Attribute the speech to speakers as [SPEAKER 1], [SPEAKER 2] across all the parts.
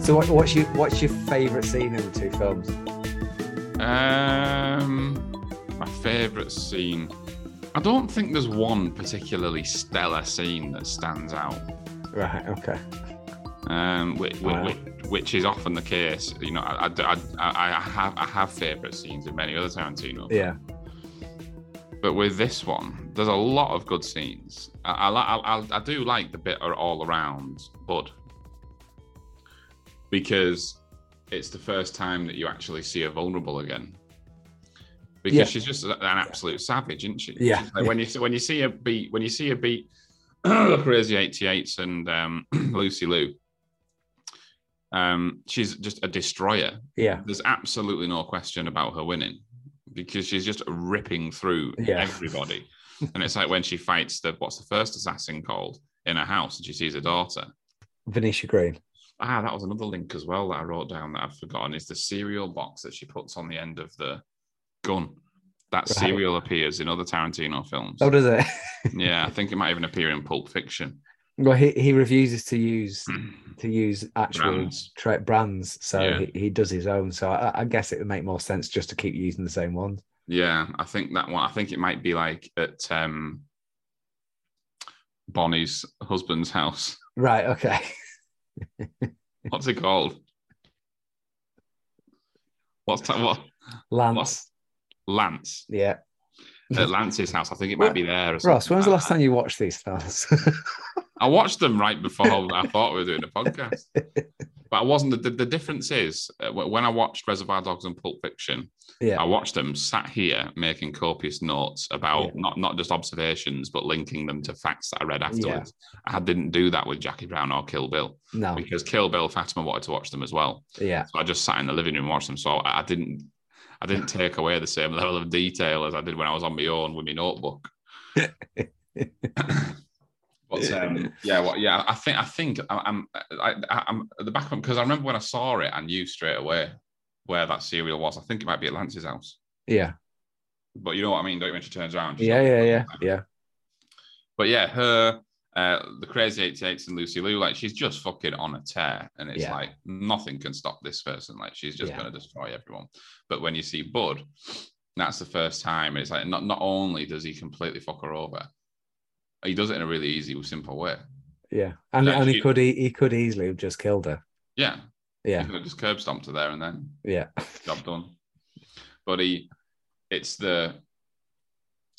[SPEAKER 1] So what, what's your what's your favourite scene in the two films?
[SPEAKER 2] Um, my favourite scene. I don't think there's one particularly stellar scene that stands out,
[SPEAKER 1] Right. Okay.
[SPEAKER 2] um, which,
[SPEAKER 1] Wow.
[SPEAKER 2] which, which is often the case. You know, I, I, I, I have I have favourite scenes in many other Tarantino,
[SPEAKER 1] Yeah.
[SPEAKER 2] but with this one, there's a lot of good scenes. I, I, li- I, I- I do like the bit of all around Bud because it's the first time that you actually see her vulnerable again. Because
[SPEAKER 1] Yeah.
[SPEAKER 2] she's just an absolute savage, isn't she?
[SPEAKER 1] Yeah.
[SPEAKER 2] She's like, when you when you see her beat when you see her beat the crazy 88s and um, Lucy Lou, um, she's just a destroyer
[SPEAKER 1] Yeah.
[SPEAKER 2] there's absolutely no question about her winning because she's just ripping through
[SPEAKER 1] Yeah.
[SPEAKER 2] everybody. and it's like when she fights the what's the first assassin called in her house and she sees her daughter.
[SPEAKER 1] Venetia Green.
[SPEAKER 2] Ah, that was another link as well that I wrote down that I've forgotten is the cereal box that she puts on the end of the gun.
[SPEAKER 1] Right.
[SPEAKER 2] That cereal appears in other Tarantino films.
[SPEAKER 1] Oh, does it?
[SPEAKER 2] yeah, I think it might even appear in Pulp Fiction.
[SPEAKER 1] well, he, he refuses to use to use actual
[SPEAKER 2] Hmm. Brands.
[SPEAKER 1] tra- brands, so
[SPEAKER 2] Yeah.
[SPEAKER 1] he, he does his own. So I, I guess it would make more sense just to keep using the same one.
[SPEAKER 2] Yeah, I think that one. I think it might be like at um, Bonnie's husband's house.
[SPEAKER 1] Right. Okay.
[SPEAKER 2] What's it called? What's that? What?
[SPEAKER 1] Lance.
[SPEAKER 2] What's Lance?
[SPEAKER 1] Yeah.
[SPEAKER 2] At Lance's house. I think it might be there. Or
[SPEAKER 1] Ross,
[SPEAKER 2] something
[SPEAKER 1] when was the
[SPEAKER 2] like
[SPEAKER 1] last time you watched these films?
[SPEAKER 2] that. I watched them right before I thought we were doing a podcast, but I wasn't. The, the difference is uh, wh- when I watched Reservoir Dogs and Pulp Fiction,
[SPEAKER 1] Yeah.
[SPEAKER 2] I watched them sat here making copious notes about
[SPEAKER 1] Yeah.
[SPEAKER 2] not not just observations, but linking them to facts that I read afterwards. I didn't do that with Jackie Brown or Kill Bill
[SPEAKER 1] no.
[SPEAKER 2] because Kill Bill Fatima wanted to watch them as well.
[SPEAKER 1] Yeah.
[SPEAKER 2] So I just sat in the living room and watched them. So I, I didn't, I didn't take away the same level of detail as I did when I was on my own with my notebook. but um, yeah, well, yeah, I think I think I- I'm I, I- I'm at the back of because I remember when I saw it, I knew straight away where that serial was. I think it might be at Lance's house,
[SPEAKER 1] Yeah.
[SPEAKER 2] but you know what I mean. Don't you? When she turns around, she's
[SPEAKER 1] Yeah.
[SPEAKER 2] like-
[SPEAKER 1] Yeah. Yeah. Yeah.
[SPEAKER 2] But yeah, her. Uh, the crazy 88s and Lucy Lou, like she's just fucking on a tear, and it's
[SPEAKER 1] Yeah.
[SPEAKER 2] like nothing can stop this person. Like she's just
[SPEAKER 1] Yeah.
[SPEAKER 2] gonna destroy everyone. But when you see Bud, that's the first time, and it's like not not only does he completely fuck her over, he does it in a really easy, simple way.
[SPEAKER 1] Yeah. And, and he
[SPEAKER 2] Actually-
[SPEAKER 1] could he, he could easily have just killed her.
[SPEAKER 2] Yeah,
[SPEAKER 1] Yeah.
[SPEAKER 2] he could have just curb stomped her there and then.
[SPEAKER 1] Yeah.
[SPEAKER 2] job done. But he, it's the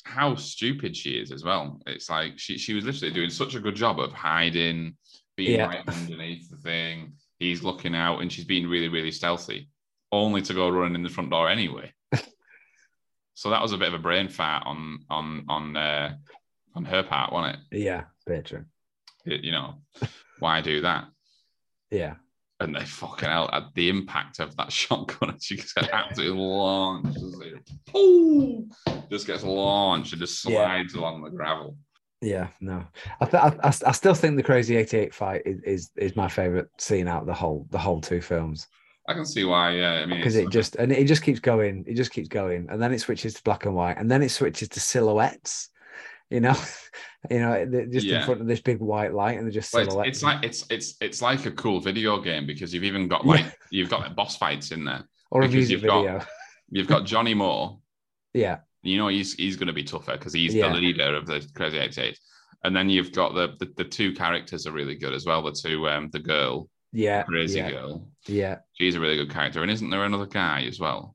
[SPEAKER 2] how stupid she is as well. It's like she she was literally doing such a good job of hiding, being
[SPEAKER 1] Yeah.
[SPEAKER 2] right underneath the thing. He's looking out, and she's being really really stealthy, only to go running in the front door anyway. so that was a bit of a brain fart on on on uh, on her part, wasn't
[SPEAKER 1] Yeah. Very true.
[SPEAKER 2] it? You know, why do that?
[SPEAKER 1] Yeah.
[SPEAKER 2] and they fucking hell at the impact of that shotgun. and She just got absolutely launched. Just, like, "Poo!" Just gets launched and just
[SPEAKER 1] Yeah.
[SPEAKER 2] slides along the gravel.
[SPEAKER 1] Yeah. No. I, th- I I I still think the Crazy Eighty Eight fight is, is is my favorite scene out of the whole the whole two films.
[SPEAKER 2] I can see why. Yeah, I mean,
[SPEAKER 1] because
[SPEAKER 2] it's-
[SPEAKER 1] it just and it just keeps going it just keeps going and then it switches to black and white and then it switches to silhouettes you know you know they're just in
[SPEAKER 2] Yeah.
[SPEAKER 1] front of this big white light and they're just
[SPEAKER 2] well, it's-
[SPEAKER 1] silhouettes
[SPEAKER 2] it's, like it's it's it's like a cool video game because you've even got
[SPEAKER 1] Yeah.
[SPEAKER 2] like you've got like boss fights in there.
[SPEAKER 1] or a
[SPEAKER 2] because
[SPEAKER 1] music
[SPEAKER 2] you've got-
[SPEAKER 1] video
[SPEAKER 2] You've got Johnny Moore.
[SPEAKER 1] yeah
[SPEAKER 2] You know he's he's going to be tougher because he's
[SPEAKER 1] Yeah.
[SPEAKER 2] the leader of the Crazy Eight Eight. And then you've got the, the the two characters are really good as well. The two um the girl
[SPEAKER 1] yeah
[SPEAKER 2] crazy
[SPEAKER 1] yeah,
[SPEAKER 2] girl.
[SPEAKER 1] yeah
[SPEAKER 2] She's a really good character, and isn't there another guy as well?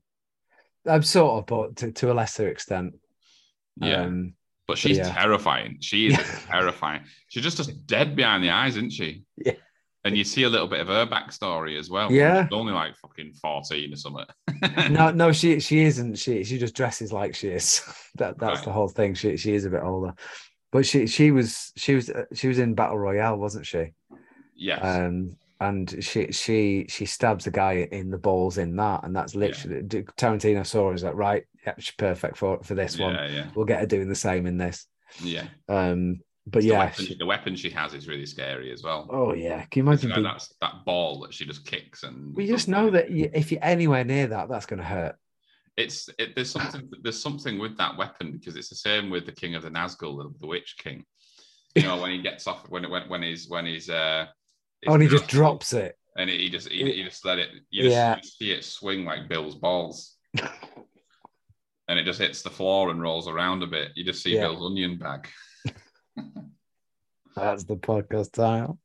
[SPEAKER 1] i'm sort of but to, to a lesser extent
[SPEAKER 2] Yeah.
[SPEAKER 1] um
[SPEAKER 2] But she's
[SPEAKER 1] yeah.
[SPEAKER 2] terrifying. She is
[SPEAKER 1] Yeah.
[SPEAKER 2] terrifying. She's just as dead behind the eyes, isn't she?
[SPEAKER 1] Yeah.
[SPEAKER 2] And you see a little bit of her backstory as well.
[SPEAKER 1] Yeah.
[SPEAKER 2] She's only like fucking 14 or something.
[SPEAKER 1] no no she she isn't she she just dresses like she is that that's
[SPEAKER 2] Right.
[SPEAKER 1] the whole thing she she is a bit older but she she was she was uh, she was in battle royale wasn't she
[SPEAKER 2] Yes.
[SPEAKER 1] um and she she she stabs the guy in the balls in that and that's literally tarantino saw is like right yeah she's perfect for for this one
[SPEAKER 2] yeah, yeah.
[SPEAKER 1] we'll get her doing the same in this
[SPEAKER 2] Yeah.
[SPEAKER 1] um but
[SPEAKER 2] The
[SPEAKER 1] yeah
[SPEAKER 2] weapon,
[SPEAKER 1] she-
[SPEAKER 2] the weapon she has is really scary as well.
[SPEAKER 1] oh yeah can you
[SPEAKER 2] It's
[SPEAKER 1] imagine
[SPEAKER 2] like
[SPEAKER 1] being-
[SPEAKER 2] that's that ball that she just kicks and
[SPEAKER 1] we just know that you, if you're anywhere near that that's going to hurt
[SPEAKER 2] it's it, there's something there's something with that weapon because it's the same with the King of the Nazgul, the, the Witch King. You know when he gets off when when when he's when he's uh.
[SPEAKER 1] oh and he just
[SPEAKER 2] drops.
[SPEAKER 1] drops it
[SPEAKER 2] and he just he, he just let it. You just,
[SPEAKER 1] Yeah.
[SPEAKER 2] you see it swing like Bill's balls, and it just hits the floor and rolls around a bit. You just see
[SPEAKER 1] Yeah.
[SPEAKER 2] Bill's onion bag.
[SPEAKER 1] That's the podcast title.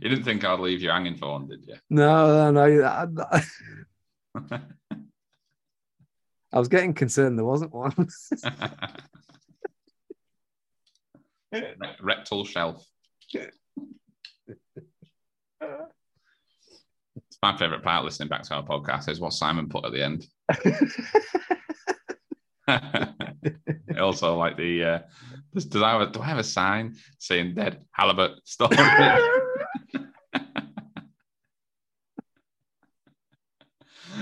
[SPEAKER 2] You didn't think I'd leave you hanging for one, did you?
[SPEAKER 1] No, no, no. I, I was getting concerned there wasn't one.
[SPEAKER 2] Re- Rectal shelf. it's my favorite part listening back to our podcast is what Simon put at the end. I also like the uh, does, does I have, do I have a sign saying dead halibut stolen?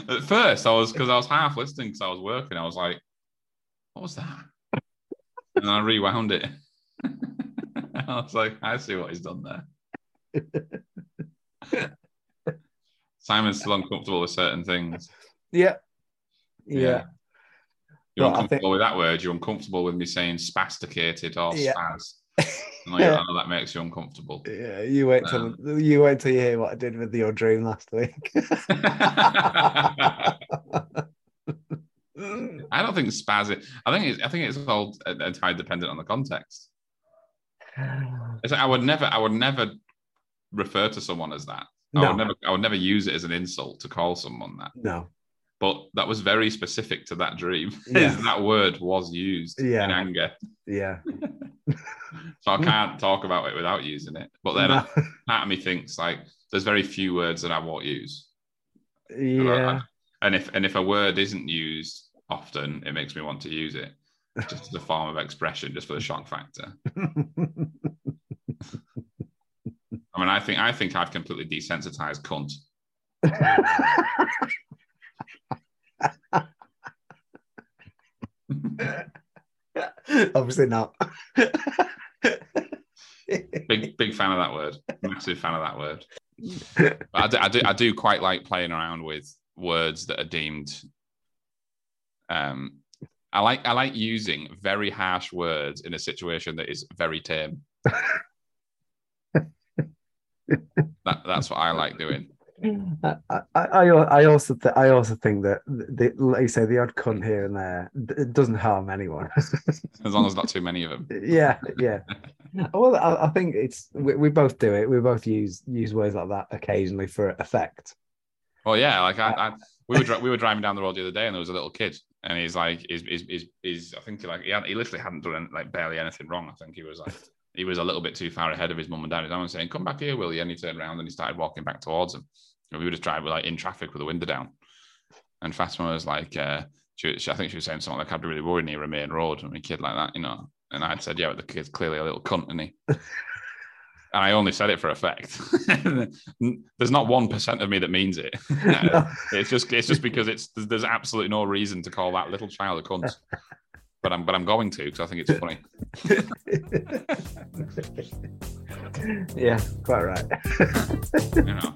[SPEAKER 2] At first, I was because I was half listening because I was working. I was like, "What was that?" And I rewound it. I was like, "I see what he's done there." Simon's still uncomfortable with certain things.
[SPEAKER 1] yeah.
[SPEAKER 2] Yeah.
[SPEAKER 1] Yeah.
[SPEAKER 2] You're
[SPEAKER 1] Well, I
[SPEAKER 2] uncomfortable with that word. You're uncomfortable with me saying spasticated or
[SPEAKER 1] Yeah.
[SPEAKER 2] spaz. I know, you- I know that makes you uncomfortable.
[SPEAKER 1] Yeah, you wait till you wait till you hear what I did with your dream last week.
[SPEAKER 2] I don't think spaz. It, I think it's, I think it's all uh, entirely dependent on the context.
[SPEAKER 1] no,
[SPEAKER 2] It's like I would never, I would never refer to someone as that. I would never, I would never use it as an insult to call someone that.
[SPEAKER 1] no,
[SPEAKER 2] But that was very specific to that dream.
[SPEAKER 1] Yeah.
[SPEAKER 2] that word was used in
[SPEAKER 1] Yeah.
[SPEAKER 2] anger,
[SPEAKER 1] yeah,
[SPEAKER 2] so I can't talk about it without using it. But then
[SPEAKER 1] no,
[SPEAKER 2] part of me thinks like there's very few words that I won't use. uh,
[SPEAKER 1] yeah,
[SPEAKER 2] And if and if a word isn't used often, it makes me want to use it just as a form of expression, just for the shock factor. I mean, I think I think I've completely desensitized cunt.
[SPEAKER 1] obviously not.
[SPEAKER 2] Big big fan of that word. Massive fan of that word. But I do, I do I do quite like playing around with words that are deemed. Um, I like I like using very harsh words in a situation that is very tame. that that's what I like doing.
[SPEAKER 1] I, I, I I also th- I also think that the, the- like you say the odd cunt here and there d- it doesn't harm anyone.
[SPEAKER 2] As long as not too many of them.
[SPEAKER 1] yeah, yeah. Well, I, I think it's we, we both do it. We both use use words like that occasionally for effect.
[SPEAKER 2] Well, yeah, like I, I we were dri- we were driving down the road the other day, and there was a little kid, and he's like, he's he's he's, he's I think he like he, had, he literally hadn't done any- like barely anything wrong. I think he was like he was a little bit too far ahead of his mum and dad. His mum was saying, "Come back here, Willie," and he turned around and he started walking back towards him. And we were just driving like in traffic with the window down, and Fatima was like, uh, she, she, I think she was saying something like, "I'd be really worried near a main road and a kid like that," you know. And I'd said, "Yeah, but the kid's clearly a little cunt, isn't he?" And I only said it for effect. There's not one percent of me that means it. It's just it's just because it's there's, there's absolutely no reason to call that little child a cunt. But I'm but I'm going to because I think it's funny.
[SPEAKER 1] yeah, quite right.
[SPEAKER 2] You know.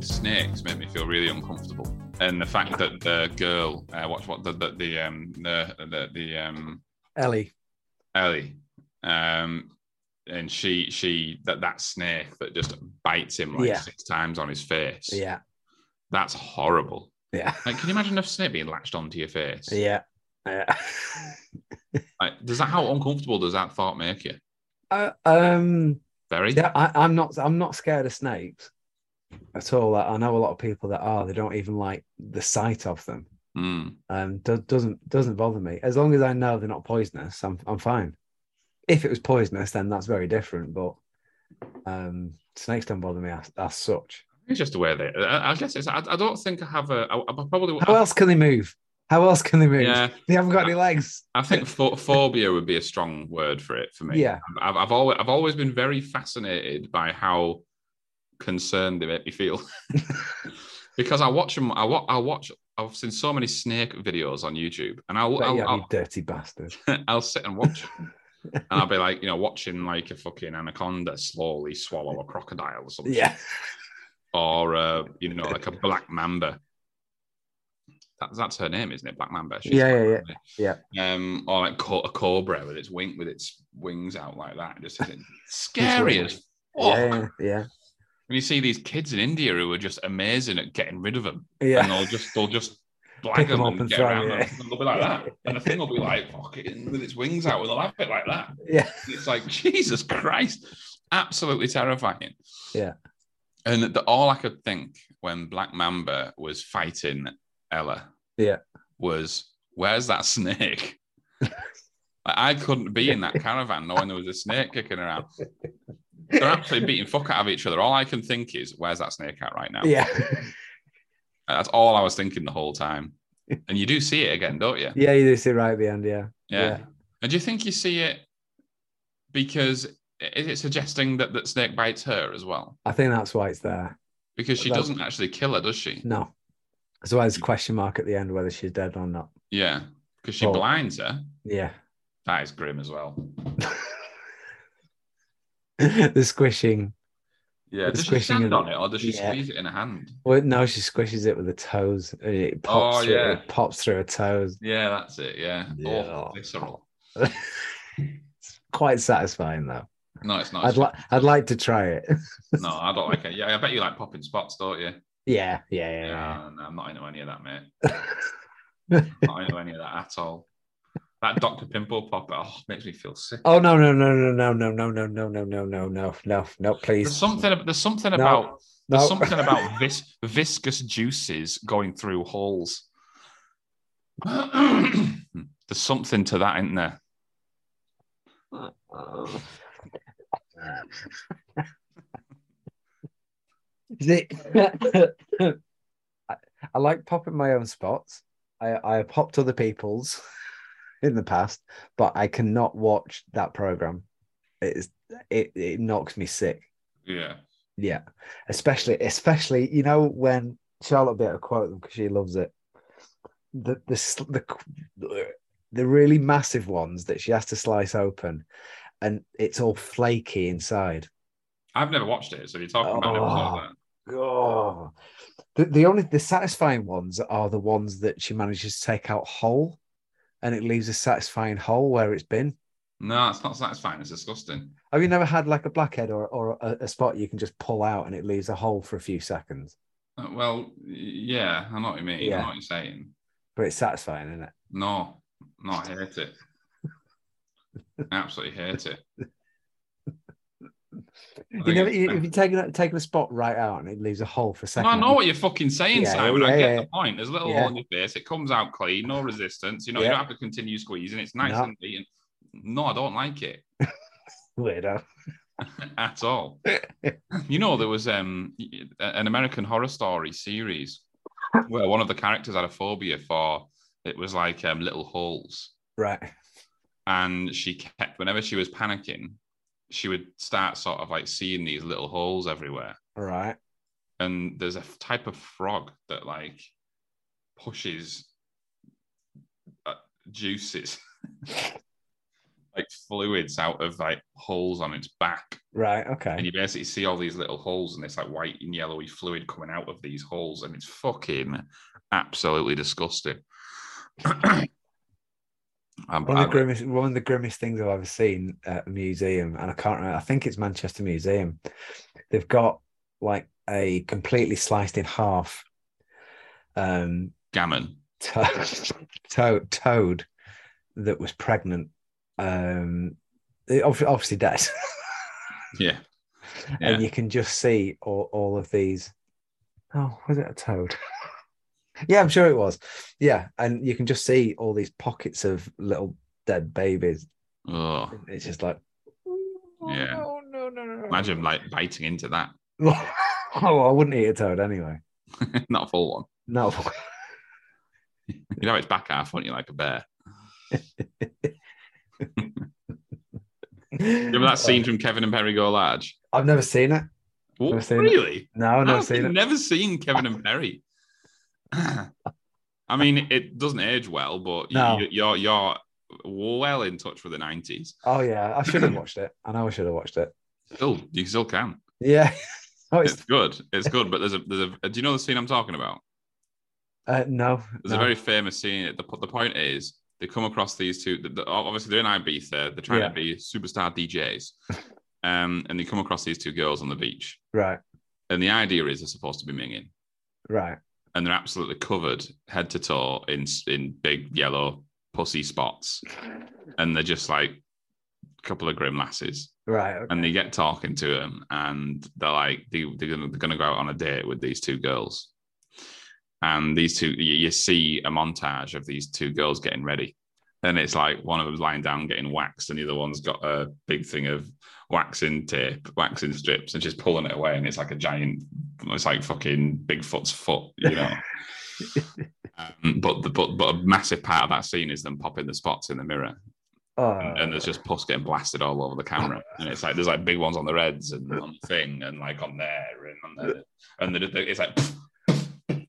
[SPEAKER 2] Snakes make me feel really uncomfortable, and the fact that the girl, uh, watch what the the, the um the the, the um
[SPEAKER 1] Ellie.
[SPEAKER 2] Ellie, um, and she she that that snake that just bites him like
[SPEAKER 1] Yeah.
[SPEAKER 2] six times on his face.
[SPEAKER 1] Yeah,
[SPEAKER 2] that's horrible.
[SPEAKER 1] yeah,
[SPEAKER 2] Like, can you imagine a snake being latched onto your face?
[SPEAKER 1] yeah, yeah.
[SPEAKER 2] Like, does that how uncomfortable does that thought make you?
[SPEAKER 1] Uh, um,
[SPEAKER 2] Very.
[SPEAKER 1] yeah, I, I'm not. I'm not scared of snakes at all. I, I know a lot of people that are. They don't even like the sight of them.
[SPEAKER 2] Mm.
[SPEAKER 1] um, do- doesn't doesn't bother me as long as I know they're not poisonous. I'm I'm fine. If it was poisonous, then that's very different. But um, snakes don't bother me as, as such.
[SPEAKER 2] It's just the way they. I, I guess it's. I, I don't think I have a. I, I probably.
[SPEAKER 1] How else can they move? How else can they move?
[SPEAKER 2] yeah,
[SPEAKER 1] They haven't got any legs.
[SPEAKER 2] I think pho- phobia would be a strong word for it for me.
[SPEAKER 1] Yeah.
[SPEAKER 2] I've, I've always I've always been very fascinated by how concerned they make me feel because I watch them. I watch I watch I've seen so many snake videos on YouTube, and I'll
[SPEAKER 1] Bet
[SPEAKER 2] I'll,
[SPEAKER 1] you have, you
[SPEAKER 2] I'll,
[SPEAKER 1] dirty bastard.
[SPEAKER 2] I'll sit and watch, 'em. and I'll be like, you know, watching like a fucking anaconda slowly swallow a crocodile or something,
[SPEAKER 1] Yeah.
[SPEAKER 2] or uh, you know, like a black mamba. That's that's her name, isn't it? Black mamba.
[SPEAKER 1] Yeah,
[SPEAKER 2] black
[SPEAKER 1] yeah, yeah.
[SPEAKER 2] mamba.
[SPEAKER 1] Yeah.
[SPEAKER 2] Um, or like co- a cobra with its wing with its wings out like that, just isn't scary as fuck.
[SPEAKER 1] Yeah, yeah,
[SPEAKER 2] And you see these kids in India who are just amazing at getting rid of them. and
[SPEAKER 1] yeah.
[SPEAKER 2] they'll just they'll just blag
[SPEAKER 1] them
[SPEAKER 2] them
[SPEAKER 1] up
[SPEAKER 2] and
[SPEAKER 1] and
[SPEAKER 2] get
[SPEAKER 1] throw
[SPEAKER 2] around
[SPEAKER 1] them,
[SPEAKER 2] them.
[SPEAKER 1] yeah.
[SPEAKER 2] And they'll be like that, and the thing will be like fucking with its wings out, and they'll have it like that.
[SPEAKER 1] yeah.
[SPEAKER 2] And it's like Jesus Christ, absolutely terrifying.
[SPEAKER 1] Yeah.
[SPEAKER 2] and the, all I could think when Black Mamba was fighting Ella,
[SPEAKER 1] Yeah.
[SPEAKER 2] was where's that snake? Like, I couldn't be in that caravan knowing there was a snake kicking around. They're absolutely beating fuck out of each other. All I can think is, where's that snake at right now?
[SPEAKER 1] Yeah.
[SPEAKER 2] That's all I was thinking the whole time. And you do see it again, don't you?
[SPEAKER 1] Yeah, you do sit right behind, yeah.
[SPEAKER 2] Yeah. And do you think you see it because i- is it suggesting that, that Snake bites her as well?
[SPEAKER 1] I think that's why it's there.
[SPEAKER 2] Because she
[SPEAKER 1] Well-
[SPEAKER 2] doesn't actually kill her, does she?
[SPEAKER 1] No. That's why there's a question mark at the end whether she's dead or not.
[SPEAKER 2] Yeah. Because she
[SPEAKER 1] Well-
[SPEAKER 2] blinds her.
[SPEAKER 1] Yeah.
[SPEAKER 2] That is grim as well.
[SPEAKER 1] the squishing.
[SPEAKER 2] Yeah.
[SPEAKER 1] It's
[SPEAKER 2] Does she
[SPEAKER 1] squishing
[SPEAKER 2] stand
[SPEAKER 1] in-
[SPEAKER 2] on it or does she
[SPEAKER 1] Yeah.
[SPEAKER 2] squeeze it in her hand?
[SPEAKER 1] Well, no, she squishes it with her toes. and It pops
[SPEAKER 2] Oh,
[SPEAKER 1] through,
[SPEAKER 2] yeah.
[SPEAKER 1] it pops through her toes.
[SPEAKER 2] Yeah, that's it. Yeah.
[SPEAKER 1] Yeah.
[SPEAKER 2] Awful, visceral.
[SPEAKER 1] it's quite satisfying though.
[SPEAKER 2] No, it's not.
[SPEAKER 1] I'd like I'd like to try it.
[SPEAKER 2] no, I don't like it. Yeah, I bet you like popping spots, don't you?
[SPEAKER 1] yeah, yeah, yeah. yeah.
[SPEAKER 2] No, I'm not into any of that, mate. not into any of that at all. That Dr. Pimple Popper oh, makes me feel sick.
[SPEAKER 1] Oh no no no no no no no no no no no no no no no please.
[SPEAKER 2] There's something. ab- There's something
[SPEAKER 1] No,
[SPEAKER 2] about. There's
[SPEAKER 1] no.
[SPEAKER 2] something about vis- viscous juices going through holes. there's something to that, isn't there?
[SPEAKER 1] Is it? I, I like popping my own spots. I, I popped other people's in the past, but I cannot watch that program. It's it it knocks me sick.
[SPEAKER 2] Yeah.
[SPEAKER 1] Yeah, especially especially you know when Charlotte will be able to quote them because she loves it. The the sl- the qu- the really massive ones that she has to slice open, and it's all flaky inside.
[SPEAKER 2] I've never watched it, so you're talking about it.
[SPEAKER 1] Oh.
[SPEAKER 2] without that.
[SPEAKER 1] Oh, the the only the satisfying ones are the ones that she manages to take out whole, and it leaves a satisfying hole where it's been.
[SPEAKER 2] No, it's not satisfying. It's disgusting.
[SPEAKER 1] Have you never had like a blackhead or or a, a spot you can just pull out and it leaves a hole for a few seconds?
[SPEAKER 2] Uh, Well, y- yeah, I know what you mean. I
[SPEAKER 1] Yeah.
[SPEAKER 2] know what you're saying.
[SPEAKER 1] But it's satisfying, isn't it?
[SPEAKER 2] No, no, I hate it. Absolutely hate it. I
[SPEAKER 1] You
[SPEAKER 2] think
[SPEAKER 1] never,
[SPEAKER 2] it's-
[SPEAKER 1] you, if you take a, taking a spot right out and it leaves a hole for a
[SPEAKER 2] No,
[SPEAKER 1] second.
[SPEAKER 2] I know what you're fucking saying,
[SPEAKER 1] Yeah,
[SPEAKER 2] Simon. I
[SPEAKER 1] yeah,
[SPEAKER 2] get
[SPEAKER 1] yeah.
[SPEAKER 2] the point. There's a little
[SPEAKER 1] Yeah.
[SPEAKER 2] hole in your face. It comes out clean, no resistance. You know, you
[SPEAKER 1] Yeah.
[SPEAKER 2] don't have to continue squeezing. It's nice
[SPEAKER 1] No.
[SPEAKER 2] and neat. And no, I don't like it
[SPEAKER 1] Weirdo.
[SPEAKER 2] at all. you know, there was um, an American Horror Story series where one of the characters had a phobia for it was like um, little holes,
[SPEAKER 1] Right.
[SPEAKER 2] and she kept whenever she was panicking, she would start sort of like seeing these little holes everywhere.
[SPEAKER 1] All right.
[SPEAKER 2] and there's a f- type of frog that like pushes uh, juices like fluids out of like holes on its back
[SPEAKER 1] Right.
[SPEAKER 2] and
[SPEAKER 1] Okay.
[SPEAKER 2] you basically see all these little holes and this like white and yellowy fluid coming out of these holes and it's fucking absolutely disgusting I'm,
[SPEAKER 1] One of, the
[SPEAKER 2] I'm-
[SPEAKER 1] grimmest, one of the grimmest things I've ever seen at a museum, and I can't remember, I think it's Manchester Museum. They've got like a completely sliced in half um,
[SPEAKER 2] gammon
[SPEAKER 1] to- to- toad that was pregnant. Um, it- ob- obviously dead.
[SPEAKER 2] yeah Yeah.
[SPEAKER 1] and you can just see all, all of these. Oh, was it a toad? yeah, I'm sure it was. Yeah, and you can just see all these pockets of little dead babies.
[SPEAKER 2] oh
[SPEAKER 1] It's just like,
[SPEAKER 2] Yeah.
[SPEAKER 1] no, Oh, no, no, no.
[SPEAKER 2] imagine like biting into that
[SPEAKER 1] oh, I wouldn't eat a toad anyway.
[SPEAKER 2] not a full one
[SPEAKER 1] No,
[SPEAKER 2] you know it's back half wouldn't you like a bear Remember that scene from Kevin and Perry Go Large?
[SPEAKER 1] I've never seen it.
[SPEAKER 2] Oh,
[SPEAKER 1] Never seen it.
[SPEAKER 2] really?
[SPEAKER 1] No, I've never
[SPEAKER 2] I've
[SPEAKER 1] seen it.
[SPEAKER 2] never seen Kevin and Perry. I mean, it doesn't age well, but
[SPEAKER 1] No.
[SPEAKER 2] you, you're you're well in touch with the nineties.
[SPEAKER 1] Oh yeah, I should have watched it. I know I should have watched it.
[SPEAKER 2] Still, you still can.
[SPEAKER 1] Yeah. Oh, it's
[SPEAKER 2] It's good. It's good. But there's a there's a. Do you know the scene I'm talking about?
[SPEAKER 1] uh, no.
[SPEAKER 2] There's
[SPEAKER 1] no.
[SPEAKER 2] a very famous scene. The the point is they come across these two. The, the, obviously, they're in Ibiza. They're trying
[SPEAKER 1] Yeah.
[SPEAKER 2] to be superstar DJs, um, and they come across these two girls on the beach.
[SPEAKER 1] right,
[SPEAKER 2] And the idea is they're supposed to be minging,
[SPEAKER 1] right.
[SPEAKER 2] and they're absolutely covered head to toe in in big yellow pussy spots, and they're just like a couple of grim lasses.
[SPEAKER 1] Right. okay.
[SPEAKER 2] and they get talking to him and they're like they, they're, gonna, they're gonna go out on a date with these two girls and these two you, you see a montage of these two girls getting ready and it's like one of them's lying down getting waxed and the other one's got a big thing of waxing tape waxing strips and she's pulling it away and it's like a giant it's like fucking bigfoot's foot you know um, but the but, but a massive part of that scene is them popping the spots in the mirror
[SPEAKER 1] Oh,
[SPEAKER 2] and, and there's just pus getting blasted all over the camera. And it's like there's like big ones on the reds and on the thing and like on there and on there. And the, the, it's like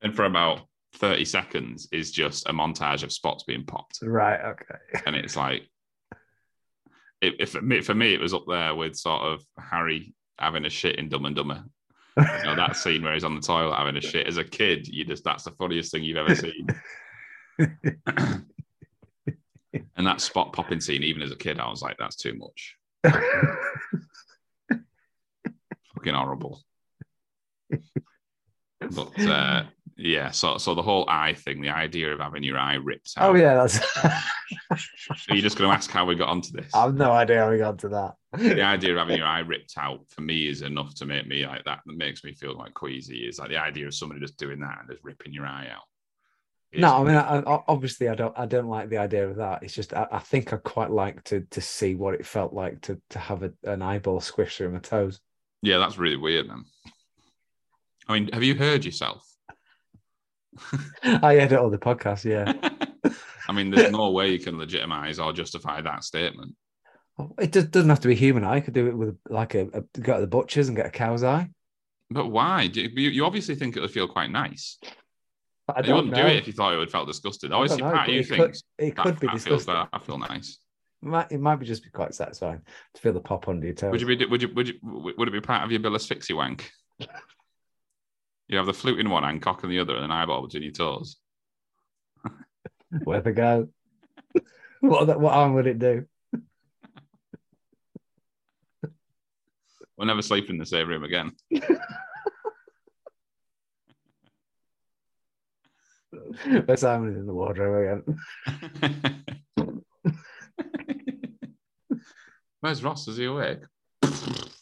[SPEAKER 2] and for about 30 seconds is just a montage of spots being popped.
[SPEAKER 1] right. Okay.
[SPEAKER 2] And it's like it, it, for me for me it was up there with sort of Harry having a shit in Dumb and Dumber. You know, that scene where he's on the toilet having a shit as a kid, you just that's the funniest thing you've ever seen. and that spot popping scene, even as a kid, I was like, that's too much.
[SPEAKER 1] Oh,
[SPEAKER 2] Fucking horrible. But uh, yeah, so so the whole eye thing, the idea of having your eye ripped out.
[SPEAKER 1] oh yeah, that's.
[SPEAKER 2] Are you just going to ask how we got onto this?
[SPEAKER 1] I've no idea how we got to that.
[SPEAKER 2] the idea of having your eye ripped out for me is enough to make me like that. That makes me feel like queasy. Is like the idea of somebody just doing that and just ripping your eye out. is-
[SPEAKER 1] No, I mean, I, I, obviously, I don't, I don't like the idea of that. It's just, I, I think I quite like to to see what it felt like to to have a, an eyeball squished through my toes.
[SPEAKER 2] yeah, that's really weird, man. I mean, have you heard yourself?
[SPEAKER 1] I had it on the podcast. Yeah,
[SPEAKER 2] I mean, there's no way you can legitimize or justify that statement.
[SPEAKER 1] Oh, it just doesn't have to be human eye. I could do it with like a, a go to the butcher's and get a cow's eye.
[SPEAKER 2] But why? Do you, you obviously think it would feel quite nice.
[SPEAKER 1] But I
[SPEAKER 2] you
[SPEAKER 1] don't
[SPEAKER 2] wouldn't
[SPEAKER 1] know.
[SPEAKER 2] do it if you thought it would felt disgusting.
[SPEAKER 1] I
[SPEAKER 2] Obviously,
[SPEAKER 1] don't know,
[SPEAKER 2] part
[SPEAKER 1] but
[SPEAKER 2] of you
[SPEAKER 1] it could,
[SPEAKER 2] thinks
[SPEAKER 1] it
[SPEAKER 2] that,
[SPEAKER 1] could be
[SPEAKER 2] that feels
[SPEAKER 1] disgusting.
[SPEAKER 2] that I feel nice.
[SPEAKER 1] Might, it might be just be quite satisfying to feel the pop under your toes.
[SPEAKER 2] Would you be? Would you? Would you? Would it be part of your Bill Asphyxie wank? You have the flute in one hand, cock in the other, and an eyeball between your toes.
[SPEAKER 1] Worth a go. what the- what harm would it do?
[SPEAKER 2] We'll never sleep in the same room again.
[SPEAKER 1] Let's harm it in the wardrobe again.
[SPEAKER 2] Where's Ross? Is he awake?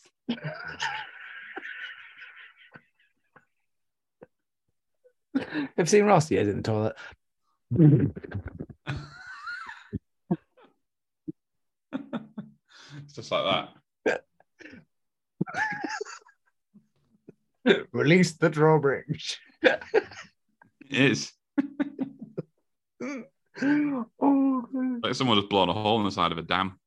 [SPEAKER 1] Have you seen Ross? Yeah, he's in the toilet.
[SPEAKER 2] It's just like that.
[SPEAKER 1] Release the drawbridge.
[SPEAKER 2] It is.
[SPEAKER 1] oh, God.
[SPEAKER 2] Like someone just blown a hole in the side of a dam.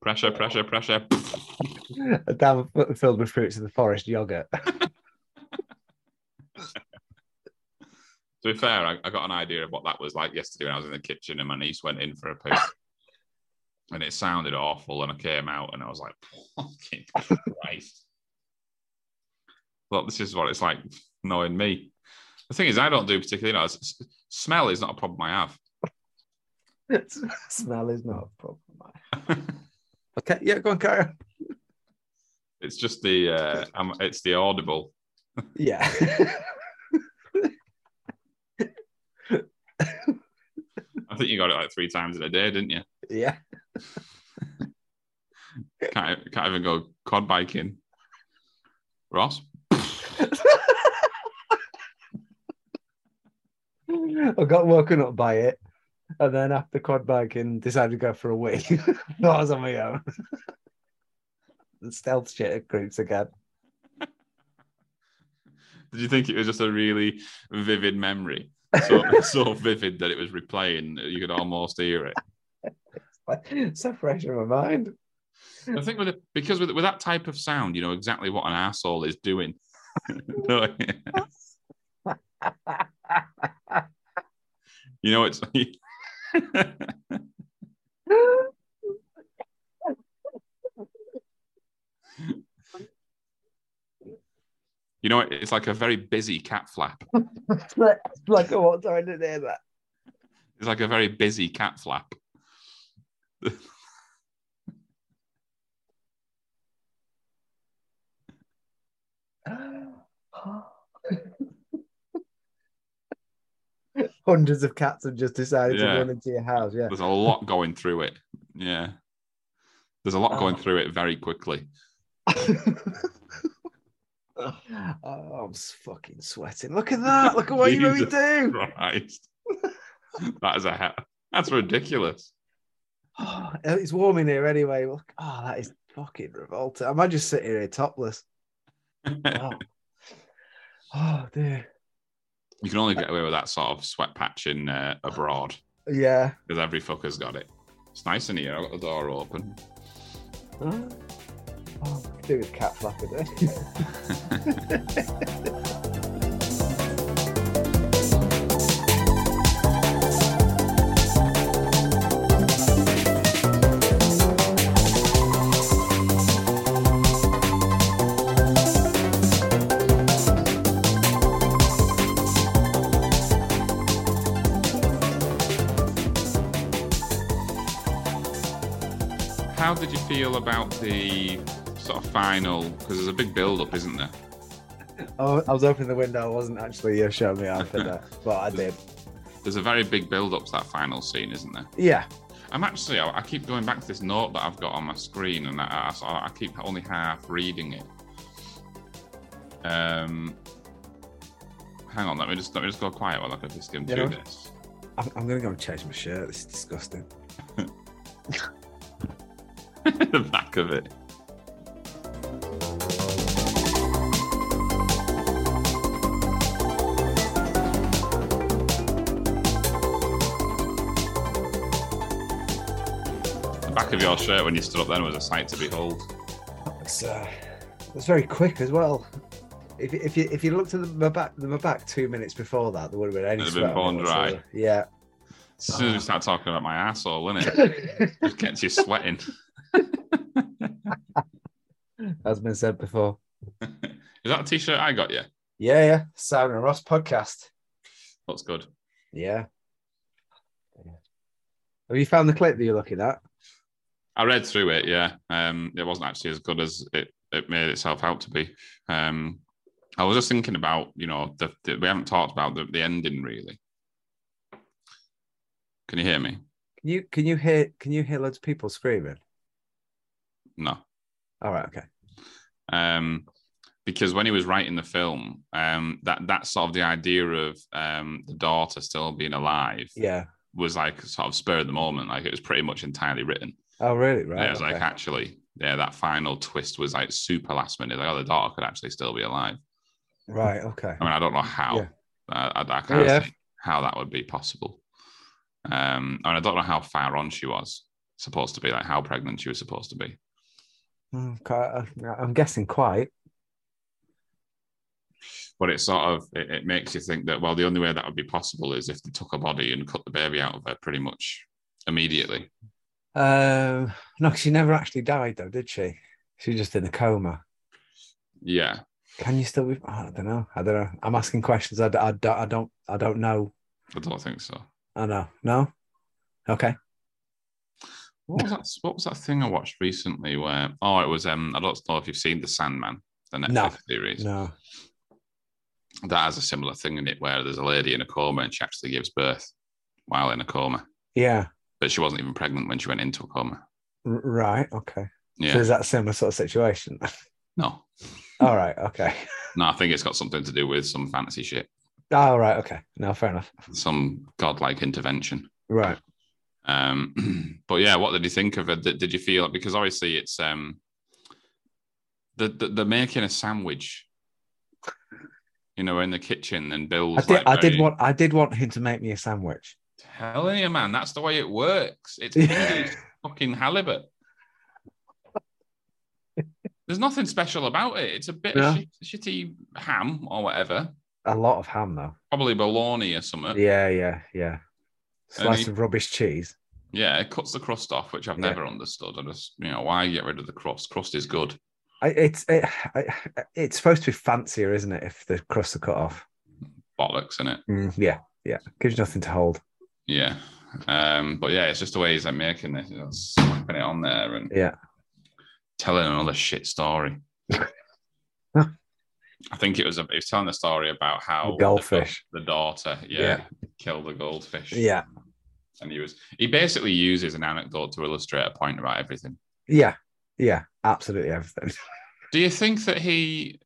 [SPEAKER 2] pressure, pressure, pressure.
[SPEAKER 1] a dam f- filled with fruits of the forest yogurt.
[SPEAKER 2] To be fair, I, I got an idea of what that was like yesterday when I was in the kitchen and my niece went in for a poo. and it sounded awful. And I came out and I was like, fucking Christ. Look, this is what it's like knowing me. The thing is, I don't do particularly, you know, s- s- smell is not a problem I have.
[SPEAKER 1] Smell is not a problem. Okay, yeah, go on, carry on.
[SPEAKER 2] it's just the, uh, um, it's the audible.
[SPEAKER 1] Yeah.
[SPEAKER 2] I think you got it like three times in a day, didn't you?
[SPEAKER 1] yeah.
[SPEAKER 2] Can't, can't even go quad biking. Ross?
[SPEAKER 1] I got woken up by it. And then after quad biking, decided to go for a wee. Not was on my own. the stealth shit creeps again.
[SPEAKER 2] Did you think it was just a really vivid memory? So, so vivid that it uh, was replaying, you could almost hear it.
[SPEAKER 1] It's so fresh in my mind.
[SPEAKER 2] The thing with it, because with, with that type of sound, you know exactly what an asshole is doing. No, you know it's. you know it's like a very busy cat flap.
[SPEAKER 1] like oh, I want to hear that.
[SPEAKER 2] It's like a very busy cat flap.
[SPEAKER 1] Hundreds of cats have just decided
[SPEAKER 2] Yeah.
[SPEAKER 1] to run into your house. Yeah.
[SPEAKER 2] There's a lot going through it. Yeah. There's a lot going through it very quickly.
[SPEAKER 1] oh, I'm s- fucking sweating. Look at that. Look at what you made me
[SPEAKER 2] Jesus.
[SPEAKER 1] do.
[SPEAKER 2] Christ. that is a ha- that's ridiculous.
[SPEAKER 1] Oh, it's warm in here anyway. Look, oh, that is fucking revolting. Am I just sitting here topless?
[SPEAKER 2] you
[SPEAKER 1] Oh, oh dear.
[SPEAKER 2] can only get away with that sort of sweat patching uh, abroad
[SPEAKER 1] Yeah.
[SPEAKER 2] because every fucker's got it. It's nice in here. I've got the door open.
[SPEAKER 1] Oh, I could do with cat flapping. eh?
[SPEAKER 2] How did you feel about the sort of final? Because there's a big build up, isn't there?
[SPEAKER 1] oh, I was opening the window. I wasn't actually you showing me out for that, but I did.
[SPEAKER 2] There's a very big build up to that final scene, isn't there?
[SPEAKER 1] Yeah.
[SPEAKER 2] I'm actually, I, I keep going back to this note that I've got on my screen, and I, I, I keep only half reading it. Um, hang on, let me just let me just go quiet while I quickly skim
[SPEAKER 1] Yeah,
[SPEAKER 2] through
[SPEAKER 1] no.
[SPEAKER 2] this.
[SPEAKER 1] I'm, I'm gonna go and change my shirt. This is disgusting.
[SPEAKER 2] the back of it. The back of your shirt when you stood up then was a sight to behold.
[SPEAKER 1] It's uh, it's very quick as well. If, if you if you looked at the, my back the, my back two minutes before that, there would have been any
[SPEAKER 2] It'd have been
[SPEAKER 1] sweat on
[SPEAKER 2] bone
[SPEAKER 1] it
[SPEAKER 2] dry.
[SPEAKER 1] whatsoever. Yeah.
[SPEAKER 2] As soon as we start talking about my asshole, innit? Just gets you sweating.
[SPEAKER 1] Has been said before.
[SPEAKER 2] Is that a t-shirt I got you?
[SPEAKER 1] Yeah, yeah. Simon and Ross podcast.
[SPEAKER 2] Looks good.
[SPEAKER 1] Yeah. Have you found the clip that you're looking at?
[SPEAKER 2] I read through it, yeah. Um, it wasn't actually as good as it, it made itself out to be. Um, I was just thinking about, you know, the, the, we haven't talked about the, the ending really. Can you hear me?
[SPEAKER 1] Can you can you hear can you hear loads of people screaming?
[SPEAKER 2] No.
[SPEAKER 1] All right, okay.
[SPEAKER 2] Um, because when he was writing the film, um, that that's sort of the idea of um, the daughter still being alive
[SPEAKER 1] Yeah.
[SPEAKER 2] was like sort of spur of the moment. Like it was pretty much entirely written.
[SPEAKER 1] Oh really?
[SPEAKER 2] Yeah,
[SPEAKER 1] Right.
[SPEAKER 2] it was like
[SPEAKER 1] okay.
[SPEAKER 2] actually, yeah, that final twist was like super last minute. Like, oh, the daughter could actually still be alive.
[SPEAKER 1] Right, okay.
[SPEAKER 2] I mean, I don't know how.
[SPEAKER 1] Yeah.
[SPEAKER 2] I, I, I can't
[SPEAKER 1] Yeah.
[SPEAKER 2] think how that would be possible. Um, and I don't know how far on she was supposed to be, like how pregnant she was supposed to be.
[SPEAKER 1] Mm, quite- uh, I'm guessing quite.
[SPEAKER 2] But it sort of it, it makes you think that well, the only way that would be possible is if they took her body and cut the baby out of her pretty much immediately.
[SPEAKER 1] Um, no, 'cause she never actually died, though, did she? She was just in a coma.
[SPEAKER 2] Yeah,
[SPEAKER 1] Can you still be? I don't know. I don't know. I'm asking questions. I, d- I d- I don't. I don't know.
[SPEAKER 2] I don't think so.
[SPEAKER 1] I know. No. Okay.
[SPEAKER 2] What was that? What was that thing I watched recently? Where oh, it was um, I don't know if you've seen the Sandman, the Netflix
[SPEAKER 1] No.
[SPEAKER 2] series.
[SPEAKER 1] No.
[SPEAKER 2] that has a similar thing in it where there's a lady in a coma and she actually gives birth while in a coma,
[SPEAKER 1] Yeah.
[SPEAKER 2] but she wasn't even pregnant when she went into a coma.
[SPEAKER 1] R- right. Okay.
[SPEAKER 2] Yeah,
[SPEAKER 1] So is that a similar sort of situation?
[SPEAKER 2] no,
[SPEAKER 1] All right. Okay.
[SPEAKER 2] no, I think it's got something to do with some fantasy shit,
[SPEAKER 1] All right. Okay. No. Fair enough.
[SPEAKER 2] some godlike intervention.
[SPEAKER 1] Right.
[SPEAKER 2] Um, but yeah, what did you think of it? Did, did you feel it? Because obviously it's um, the, the they're making a sandwich, you know, in the kitchen and Bill's.
[SPEAKER 1] I did.
[SPEAKER 2] like
[SPEAKER 1] I did
[SPEAKER 2] very-
[SPEAKER 1] want. I did want him to make me a sandwich.
[SPEAKER 2] Telling you, man, that's the way it works. It's
[SPEAKER 1] Yeah.
[SPEAKER 2] fucking halibut. There's nothing special about it. It's a bit of
[SPEAKER 1] No.
[SPEAKER 2] shit, shitty ham or whatever,
[SPEAKER 1] A lot of ham though.
[SPEAKER 2] probably bologna or something.
[SPEAKER 1] Yeah,
[SPEAKER 2] Yeah,
[SPEAKER 1] yeah, yeah. Slice
[SPEAKER 2] Uh, he-
[SPEAKER 1] of rubbish cheese.
[SPEAKER 2] it cuts the crust off, which I've
[SPEAKER 1] Yeah.
[SPEAKER 2] never understood. I just, you know, why get rid of the crust? Crust is good.
[SPEAKER 1] I, it's it, I, it's supposed to be fancier, isn't it? If the crusts are cut off.
[SPEAKER 2] Bollocks, is it?
[SPEAKER 1] Mm, yeah, yeah. Gives you nothing to hold.
[SPEAKER 2] Yeah. Um, but yeah, it's just the way he's like making this, you know, slapping it on there and
[SPEAKER 1] Yeah.
[SPEAKER 2] telling another shit story. I think it was a, he was telling the story about how
[SPEAKER 1] The goldfish.
[SPEAKER 2] the, the daughter, yeah, killed the goldfish.
[SPEAKER 1] Yeah,
[SPEAKER 2] and he was he basically uses an anecdote to illustrate a point about everything.
[SPEAKER 1] yeah, yeah. Absolutely everything.
[SPEAKER 2] Do you think that he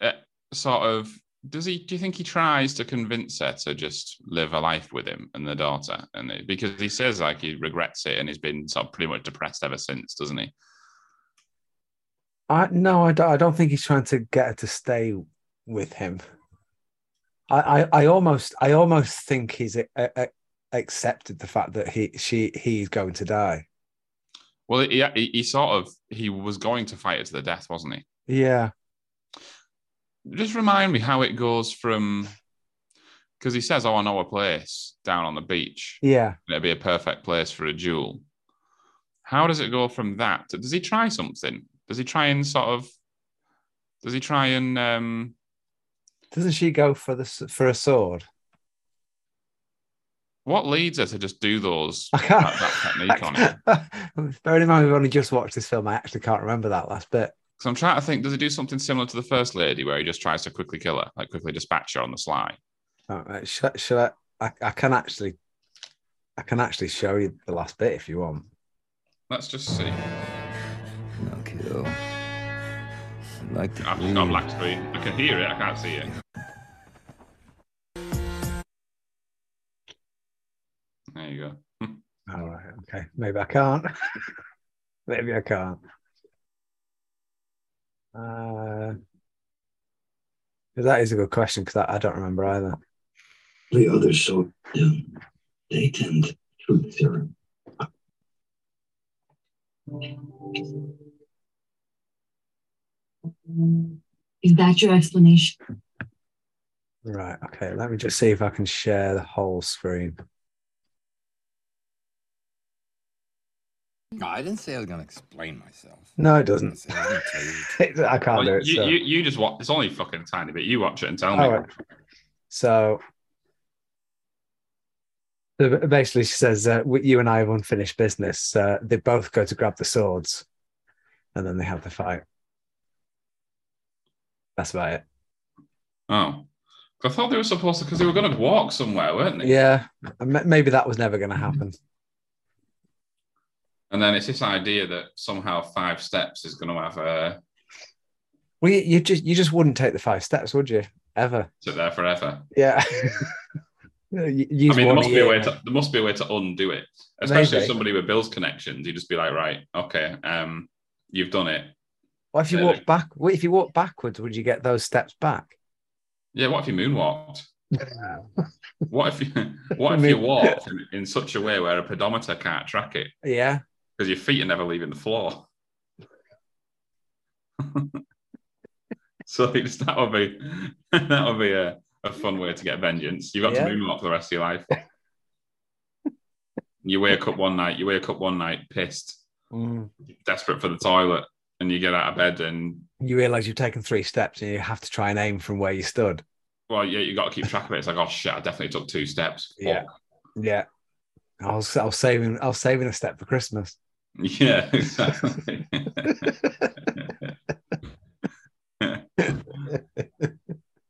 [SPEAKER 2] uh, sort of does he? Do you think he tries to convince her to just live a life with him and the daughter? And it, because he says like he regrets it and he's been sort of pretty much depressed ever since, doesn't he?
[SPEAKER 1] I no, I don't. I don't think he's trying to get her to stay with him. I, I, I almost, I almost think he's uh uh accepted the fact that he, she, he's going to die.
[SPEAKER 2] Well, he, he, he sort of he was going to fight it to the death, wasn't he?
[SPEAKER 1] Yeah.
[SPEAKER 2] Just remind me how it goes from because he says, "Oh, I know a place down on the beach."
[SPEAKER 1] Yeah.
[SPEAKER 2] it'd be a perfect place for a duel. How does it go from that? to- Does he try something? Does he try and sort of? Does he try and? Um,
[SPEAKER 1] Doesn't she go for the s- for a sword?
[SPEAKER 2] what leads her to just do those?
[SPEAKER 1] I can't.
[SPEAKER 2] That- that technique on it.
[SPEAKER 1] Bearing in mind we've only just watched this film, I actually can't remember that last bit.
[SPEAKER 2] Because I'm trying to think. Does he do something similar to the first lady, where he just tries to quickly kill her, like quickly dispatch her on the sly?
[SPEAKER 1] All right, Should, I- should I, I? I can actually, I can actually show you the last bit if you want.
[SPEAKER 2] Let's just see.
[SPEAKER 3] I'll kill. I'd like to
[SPEAKER 2] I've just got a
[SPEAKER 3] believe
[SPEAKER 2] black screen. I can hear it. I can't see it. There you go.
[SPEAKER 1] All right. Okay. Maybe I can't. Maybe I can't. Uh, that is a good question because I, I don't remember either.
[SPEAKER 4] the others so um, latent truth serum.
[SPEAKER 5] Is that your explanation?
[SPEAKER 1] Right. Okay. Let me just see if I can share the whole screen.
[SPEAKER 3] No, I didn't say I was gonna explain myself.
[SPEAKER 1] No, it
[SPEAKER 3] I didn't
[SPEAKER 1] doesn't.
[SPEAKER 3] say I was gonna tell you the truth.
[SPEAKER 1] I can't do
[SPEAKER 2] Well,
[SPEAKER 1] it.
[SPEAKER 2] you,
[SPEAKER 1] so.
[SPEAKER 2] you, you just watch. It's only fucking tiny bit. You watch it and tell me.
[SPEAKER 1] uh, All right. So, so b- basically, she says, uh, "We- "You and I have unfinished business." Uh, they both go to grab the swords, and then they have the fight. That's about it.
[SPEAKER 2] Oh, 'Cause I thought they were supposed to because they were going to walk somewhere, weren't they?
[SPEAKER 1] Yeah, and m- maybe that was never going to happen.
[SPEAKER 2] And then it's this idea that somehow five steps is going to have uh, a
[SPEAKER 1] Well, you, you just you just wouldn't take the five steps, would you? Ever?
[SPEAKER 2] sit there forever.
[SPEAKER 1] Yeah. You- you'd
[SPEAKER 2] I mean, there
[SPEAKER 1] want
[SPEAKER 2] must
[SPEAKER 1] a
[SPEAKER 2] be a
[SPEAKER 1] year.
[SPEAKER 2] way to there must be a way to undo it, especially
[SPEAKER 1] Maybe.
[SPEAKER 2] if somebody with Bill's connections. You'd just be like, right, okay, um, you've done it.
[SPEAKER 1] What if you
[SPEAKER 2] Yeah,
[SPEAKER 1] walk
[SPEAKER 2] like-
[SPEAKER 1] back? What if you walk backwards? Would you get those steps back?
[SPEAKER 2] Yeah, what if you moonwalked? What if you what if you
[SPEAKER 1] Moon-
[SPEAKER 2] walked in, in such a way where a pedometer can't track it
[SPEAKER 1] yeah.
[SPEAKER 2] because your feet are never leaving the floor? so it's, that would be that would be a, a fun way to get vengeance. You've got
[SPEAKER 1] Yeah.
[SPEAKER 2] to moonwalk for the rest of your life. you wake up one night, you wake up one night pissed,
[SPEAKER 1] Mm.
[SPEAKER 2] desperate for the toilet, and you get out of bed and
[SPEAKER 1] You realize you've taken three steps and you have to try and aim from where you stood.
[SPEAKER 2] well, yeah, you got to keep track of it. It's like, oh shit, I definitely took two steps. Fuck.
[SPEAKER 1] Yeah. Yeah. I was, I was saving I was saving a step for Christmas.
[SPEAKER 2] Yeah, exactly.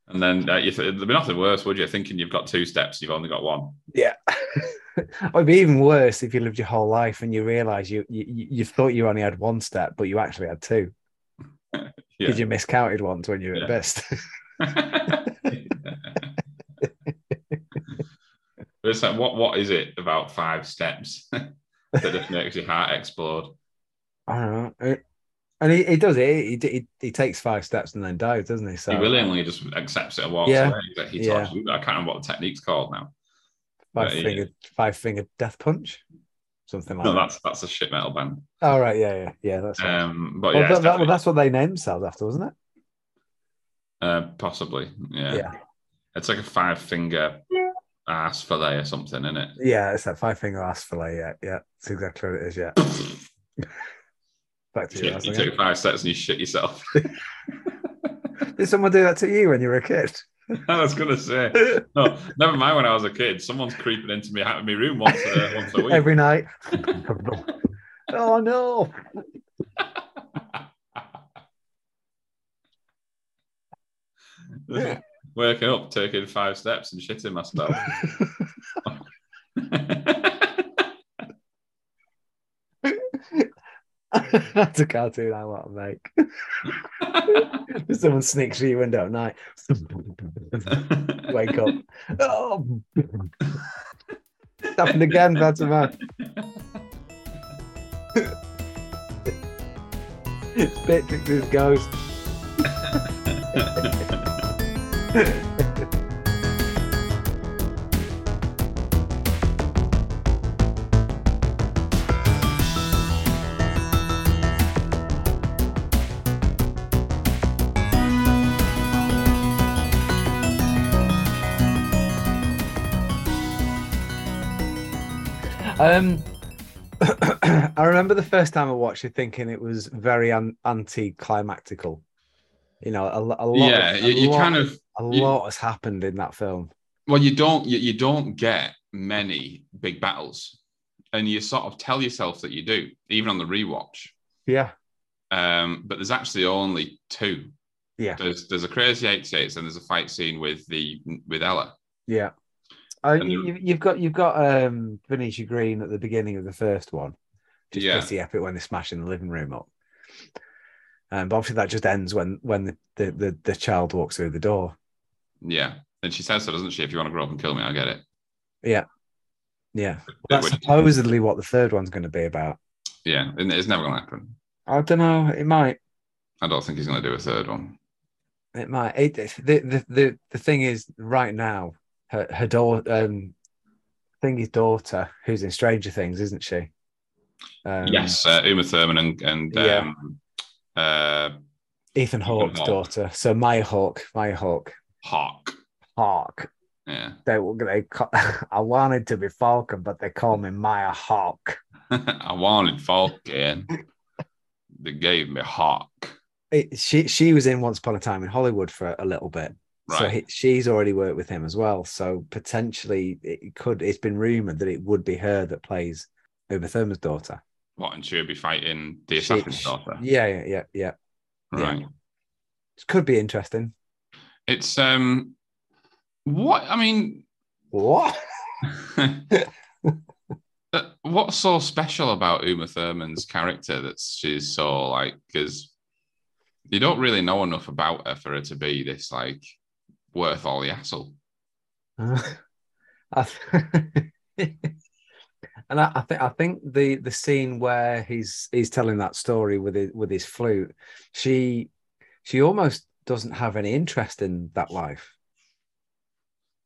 [SPEAKER 2] and then uh, you th- there'd be nothing worse, would you? Thinking you've got two steps, you've only got one.
[SPEAKER 1] Yeah. It'd be even worse if you lived your whole life and you realize you you, you thought you only had one step, but you actually had two.
[SPEAKER 2] Yeah.
[SPEAKER 1] Because you miscounted ones when you were
[SPEAKER 2] Yeah.
[SPEAKER 1] at best.
[SPEAKER 2] but it's like, what what is it about five steps that just makes your heart explode?
[SPEAKER 1] I don't know. And he, he does it. He, he he takes five steps and then dies, doesn't he? So
[SPEAKER 2] He willingly just accepts it and walks
[SPEAKER 1] Yeah.
[SPEAKER 2] away. But He
[SPEAKER 1] Yeah.
[SPEAKER 2] talks, I can't remember what the technique's called now.
[SPEAKER 1] five
[SPEAKER 2] yeah.
[SPEAKER 1] finger five finger death punch. something like
[SPEAKER 2] No,
[SPEAKER 1] that.
[SPEAKER 2] that's that's a shit metal band.
[SPEAKER 1] All right, yeah, yeah, yeah. That's right.
[SPEAKER 2] Um, but
[SPEAKER 1] Well,
[SPEAKER 2] yeah,
[SPEAKER 1] that-
[SPEAKER 2] it's
[SPEAKER 1] that- well,
[SPEAKER 2] definitely-
[SPEAKER 1] that's what they named themselves after, wasn't it?
[SPEAKER 2] uh, possibly. Yeah.
[SPEAKER 1] Yeah.
[SPEAKER 2] it's like a five finger ass fillet or something, isn't it?
[SPEAKER 1] Yeah, it's that five finger ass fillet. Yeah, yeah, that's exactly what it is. Yeah, back to you.
[SPEAKER 2] you,
[SPEAKER 1] ass
[SPEAKER 2] you
[SPEAKER 1] again.
[SPEAKER 2] take five steps and you shit yourself.
[SPEAKER 1] Did someone do that to you when you were a kid?
[SPEAKER 2] I was gonna say no. Never mind. When I was a kid, someone's creeping into me out of my room once a, once a week.
[SPEAKER 1] Every night. oh no!
[SPEAKER 2] Waking up, taking five steps and shitting myself.
[SPEAKER 1] That's a cartoon I want to make. Someone sneaks through your window at night. Wake up. Oh. It's happened again, that's a man. Bit picks his ghost. Um, I remember the first time I watched it, thinking it was very un- anti-climactical. You know, a, lo- a lot.
[SPEAKER 2] yeah,
[SPEAKER 1] a
[SPEAKER 2] you, you
[SPEAKER 1] lot-
[SPEAKER 2] kind of
[SPEAKER 1] a
[SPEAKER 2] you-
[SPEAKER 1] lot has happened in that film.
[SPEAKER 2] well, you don't you, you don't get many big battles, and you sort of tell yourself that you do, even on the rewatch.
[SPEAKER 1] Yeah,
[SPEAKER 2] Um, but there's actually only two.
[SPEAKER 1] Yeah.
[SPEAKER 2] There's there's a crazy eight states and there's a fight scene with the with Ella.
[SPEAKER 1] yeah. Uh,
[SPEAKER 2] And
[SPEAKER 1] you, you've got you've got um, Venetia Green at the beginning of the first one, just
[SPEAKER 2] Yeah.
[SPEAKER 1] pretty epic when they're smashing the living room up. Um, but obviously that just ends when when the, the, the, the child walks through the door.
[SPEAKER 2] Yeah. And she says so, doesn't she? If you want to grow up and kill me, I get it.
[SPEAKER 1] Yeah, that's
[SPEAKER 2] Which-
[SPEAKER 1] supposedly what the third one's going to be about.
[SPEAKER 2] yeah, and it's never gonna happen.
[SPEAKER 1] I don't know. It might.
[SPEAKER 2] I don't think he's gonna do a third one.
[SPEAKER 1] It might. It, it- the, the the the thing is, right now, her her daughter, um, I think his daughter, who's in Stranger Things, isn't she? Um,
[SPEAKER 2] yes, uh, Uma Thurman and and
[SPEAKER 1] Yeah.
[SPEAKER 2] um, uh,
[SPEAKER 1] Ethan Hawke's
[SPEAKER 2] Hawke.
[SPEAKER 1] daughter. So Maya Hawke, Maya Hawke,
[SPEAKER 2] Hawk.
[SPEAKER 1] Hawke.
[SPEAKER 2] Yeah.
[SPEAKER 1] They were they. ca- I wanted to be Falcon, but they call me Maya Hawke.
[SPEAKER 2] I wanted Falcon. they gave me Hawk.
[SPEAKER 1] It, she she was in Once Upon a Time in Hollywood for a little bit.
[SPEAKER 2] Right.
[SPEAKER 1] So he, she's already worked with him as well. So potentially it could. It's been rumored that it would be her that plays Uma Thurman's daughter.
[SPEAKER 2] what and she would be fighting the
[SPEAKER 1] She-
[SPEAKER 2] assassin's
[SPEAKER 1] she-
[SPEAKER 2] daughter.
[SPEAKER 1] Yeah, yeah, yeah, yeah. yeah.
[SPEAKER 2] Right.
[SPEAKER 1] It could be interesting.
[SPEAKER 2] It's um what I mean
[SPEAKER 1] What?
[SPEAKER 2] Uh, What's so special about Uma Thurman's character that she's so like? Because you don't really know enough about her for her to be this like worth all the hassle.
[SPEAKER 1] I th- and I, I think I think the the scene where he's he's telling that story with his with his flute, she she almost doesn't have any interest in that life.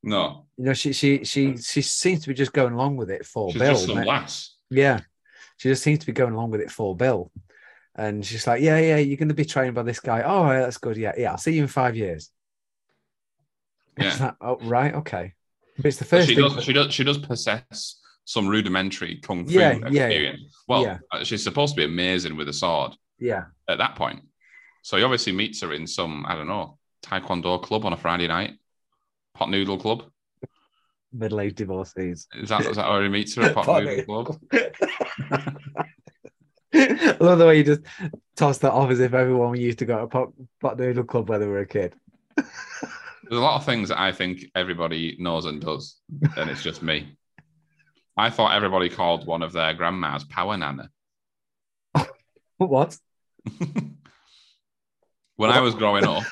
[SPEAKER 2] No,
[SPEAKER 1] You know, she she she she seems to be just going along with it for
[SPEAKER 2] she's
[SPEAKER 1] Bill.
[SPEAKER 2] just some
[SPEAKER 1] mate.
[SPEAKER 2] lass.
[SPEAKER 1] Yeah. She just seems to be going along with it for Bill. And she's like, Yeah, yeah, you're gonna be trained by this guy. Oh, all right, that's good. Yeah, yeah, I'll see you in five years.
[SPEAKER 2] Yeah.
[SPEAKER 1] It's like, oh, right, okay. But it's the
[SPEAKER 2] But
[SPEAKER 1] first
[SPEAKER 2] she
[SPEAKER 1] thing
[SPEAKER 2] does. She does. She does possess some rudimentary kung fu
[SPEAKER 1] Yeah, yeah, yeah.
[SPEAKER 2] experience. Well,
[SPEAKER 1] Yeah.
[SPEAKER 2] uh, she's supposed to be amazing with a sword
[SPEAKER 1] Yeah.
[SPEAKER 2] at that point. So he obviously meets her in some I don't know taekwondo club on a Friday night, pot noodle club.
[SPEAKER 1] Middle aged divorcees.
[SPEAKER 2] Is that, is that where he meets her at pot,
[SPEAKER 1] Pot
[SPEAKER 2] noodle
[SPEAKER 1] noodle
[SPEAKER 2] club?
[SPEAKER 1] I love the way you just toss that off as if everyone used to go to pot, pot noodle club when they were a kid.
[SPEAKER 2] There's a lot of things that I think everybody knows and does, and it's just me. I thought everybody called one of their grandmas Power Nana.
[SPEAKER 1] What?
[SPEAKER 2] when I was growing up,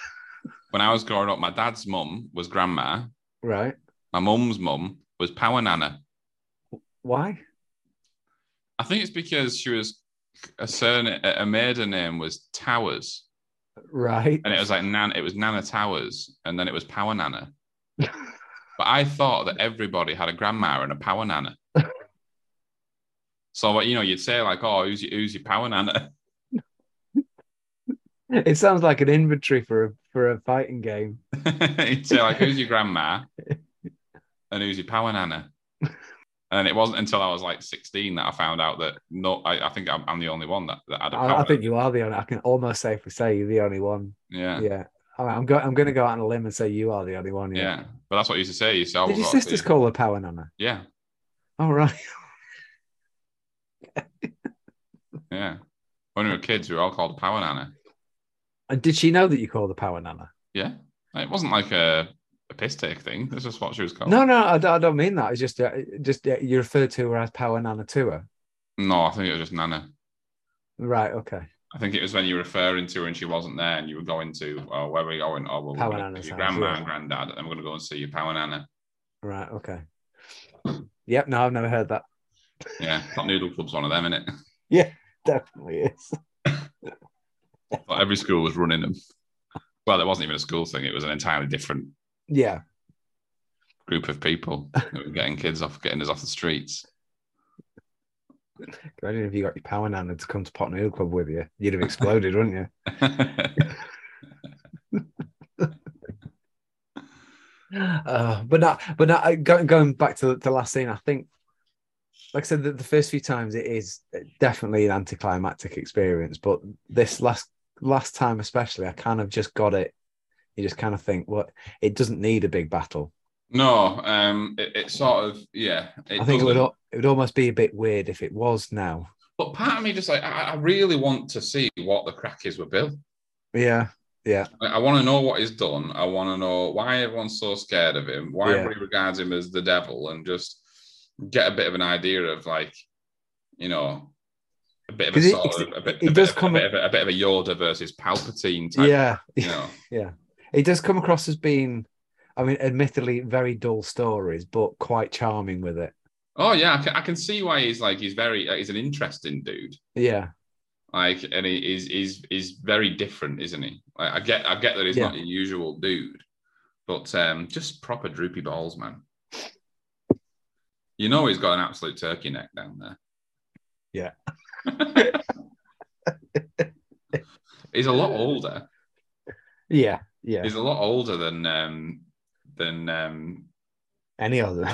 [SPEAKER 2] when I was growing up, my dad's mum was grandma.
[SPEAKER 1] Right.
[SPEAKER 2] My mum's mum was Power Nana.
[SPEAKER 1] Why?
[SPEAKER 2] I think it's because she was a surname, a maiden name was Towers,
[SPEAKER 1] Right.
[SPEAKER 2] and it was like Nan, it was Nana Towers, and then it was Power Nana. But I thought that everybody had a grandma and a Power Nana. So, like, you know, you'd say like, "Oh, who's your, who's your power nana?"
[SPEAKER 1] It sounds like an inventory for a for a fighting game.
[SPEAKER 2] you'd say like, "Who's your grandma?" and "Who's your power nana?" And it wasn't until I was like 16 that I found out that no, I, I think I'm, I'm the only one that, that had a power.
[SPEAKER 1] I, I think you are the only. I can almost safely say you're the only one.
[SPEAKER 2] yeah, yeah,
[SPEAKER 1] Yeah, All right, I'm going. I'm going to go out on a limb and say you are the only one. Yeah.
[SPEAKER 2] But that's what I used to say. You say, "Oh,
[SPEAKER 1] Did your
[SPEAKER 2] we've got to
[SPEAKER 1] sisters
[SPEAKER 2] see-"
[SPEAKER 1] call her Power Nana?
[SPEAKER 2] Yeah,
[SPEAKER 1] All right.
[SPEAKER 2] yeah. When we were kids, we were all called power nana.
[SPEAKER 1] And did she know that you called her Power Nana?
[SPEAKER 2] Yeah, it wasn't like a, a piss take thing. This is what she was called.
[SPEAKER 1] No, no, I, don't- I don't mean that. It's just, uh, just uh, you referred to her as Power Nana to her.
[SPEAKER 2] no, I think it was just nana.
[SPEAKER 1] Right. Okay.
[SPEAKER 2] I think it was when you were referring to her and she wasn't there, and you were going to, oh, where are we going? Oh, well, we're
[SPEAKER 1] Power
[SPEAKER 2] gonna
[SPEAKER 1] Nana's
[SPEAKER 2] see your
[SPEAKER 1] house,
[SPEAKER 2] grandma
[SPEAKER 1] yeah.
[SPEAKER 2] and granddad, and we're going to go and see your power nana.
[SPEAKER 1] Right. Okay. Yep. No, I've never heard that.
[SPEAKER 2] Yeah, Top Noodle Club's one of them, isn't it?
[SPEAKER 1] Definitely is.
[SPEAKER 2] But every school was running them. Well, it wasn't even a school thing; it was an entirely different
[SPEAKER 1] Yeah.
[SPEAKER 2] group of people that were getting kids off, getting us off the streets.
[SPEAKER 1] Imagine if you got your Power Nana to come to Pot Noodle Club with you, you'd have exploded, wouldn't you? Uh, but not, but not, I- go, going back to the- the last scene, I think, like I said, the, the first few times it is definitely an anticlimactic experience, but this last last time especially, I kind of just got it. You just kind of think, what it doesn't need a big battle.
[SPEAKER 2] no, um, it, it sort of, yeah. It
[SPEAKER 1] I think it would
[SPEAKER 2] doesn't.
[SPEAKER 1] al- it would almost be a bit weird if it was now.
[SPEAKER 2] But part of me just like, I, I really want to see what the crack is with Bill.
[SPEAKER 1] Yeah,
[SPEAKER 2] Like, I want to know what he's done. I want to know why everyone's so scared of him, why
[SPEAKER 1] Yeah.
[SPEAKER 2] everybody regards him as the devil, and just get a bit of an idea of like, you know, a bit of a
[SPEAKER 1] 'Cause it-
[SPEAKER 2] sort of
[SPEAKER 1] it's-
[SPEAKER 2] a bit,
[SPEAKER 1] it
[SPEAKER 2] a
[SPEAKER 1] does
[SPEAKER 2] bit, of-
[SPEAKER 1] come-
[SPEAKER 2] a, bit of a, a bit of a Yoda versus Palpatine type.
[SPEAKER 1] yeah.
[SPEAKER 2] You know,
[SPEAKER 1] It does come across as being, I mean, admittedly very dull stories, but quite charming with it.
[SPEAKER 2] oh yeah, I can, I can see why he's like he's very like, he's an interesting dude.
[SPEAKER 1] Yeah,
[SPEAKER 2] Like, and he is is is very different, isn't he? Like, I get I get that he's
[SPEAKER 1] Yeah.
[SPEAKER 2] not your usual dude, but um, just proper droopy balls, man. You know he's got an absolute turkey neck down there.
[SPEAKER 1] Yeah.
[SPEAKER 2] he's a lot older.
[SPEAKER 1] yeah, yeah.
[SPEAKER 2] He's a lot older than um than um
[SPEAKER 1] Any other?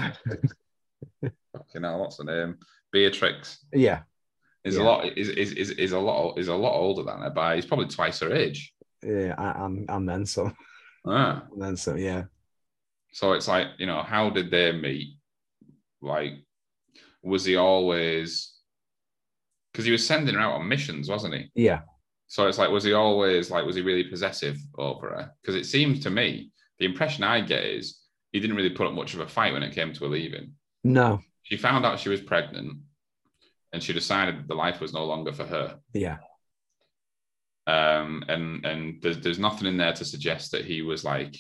[SPEAKER 2] fucking hell, what's the name? Beatrix.
[SPEAKER 1] yeah,
[SPEAKER 2] Is
[SPEAKER 1] Yeah.
[SPEAKER 2] a lot is, is is is a lot is a lot older than her by he's probably twice her age.
[SPEAKER 1] yeah. I, I'm, I'm then some,
[SPEAKER 2] Ah.
[SPEAKER 1] and then some. Yeah,
[SPEAKER 2] So it's like, you know, how did they meet? Like, was he always because he was sending her out on missions, wasn't he?
[SPEAKER 1] yeah,
[SPEAKER 2] So it's like, was he always like, was he really possessive over her? Because it seems to me, the impression I get is he didn't really put up much of a fight when it came to her leaving.
[SPEAKER 1] no,
[SPEAKER 2] She found out she was pregnant and she decided that the life was no longer for her.
[SPEAKER 1] yeah,
[SPEAKER 2] Um, and and there's, there's nothing in there to suggest that he was like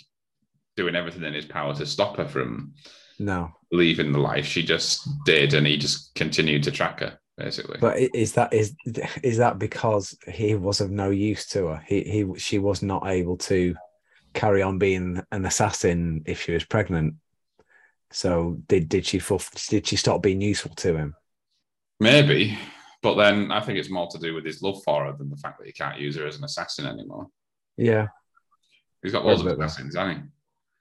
[SPEAKER 2] doing everything in his power to stop her from
[SPEAKER 1] no.
[SPEAKER 2] leaving the life. She just did, and he just continued to track her, basically.
[SPEAKER 1] But i- is that is is that because he was of no use to her? He he she was not able to carry on being an assassin if she was pregnant. So did did she fulf- did she stop being useful to him?
[SPEAKER 2] Maybe. But then I think it's more to do with his love for her than the fact that he can't use her as an assassin anymore.
[SPEAKER 1] Yeah,
[SPEAKER 2] He's got
[SPEAKER 1] Or
[SPEAKER 2] loads of
[SPEAKER 1] a bit of-
[SPEAKER 2] assassins, hasn't he?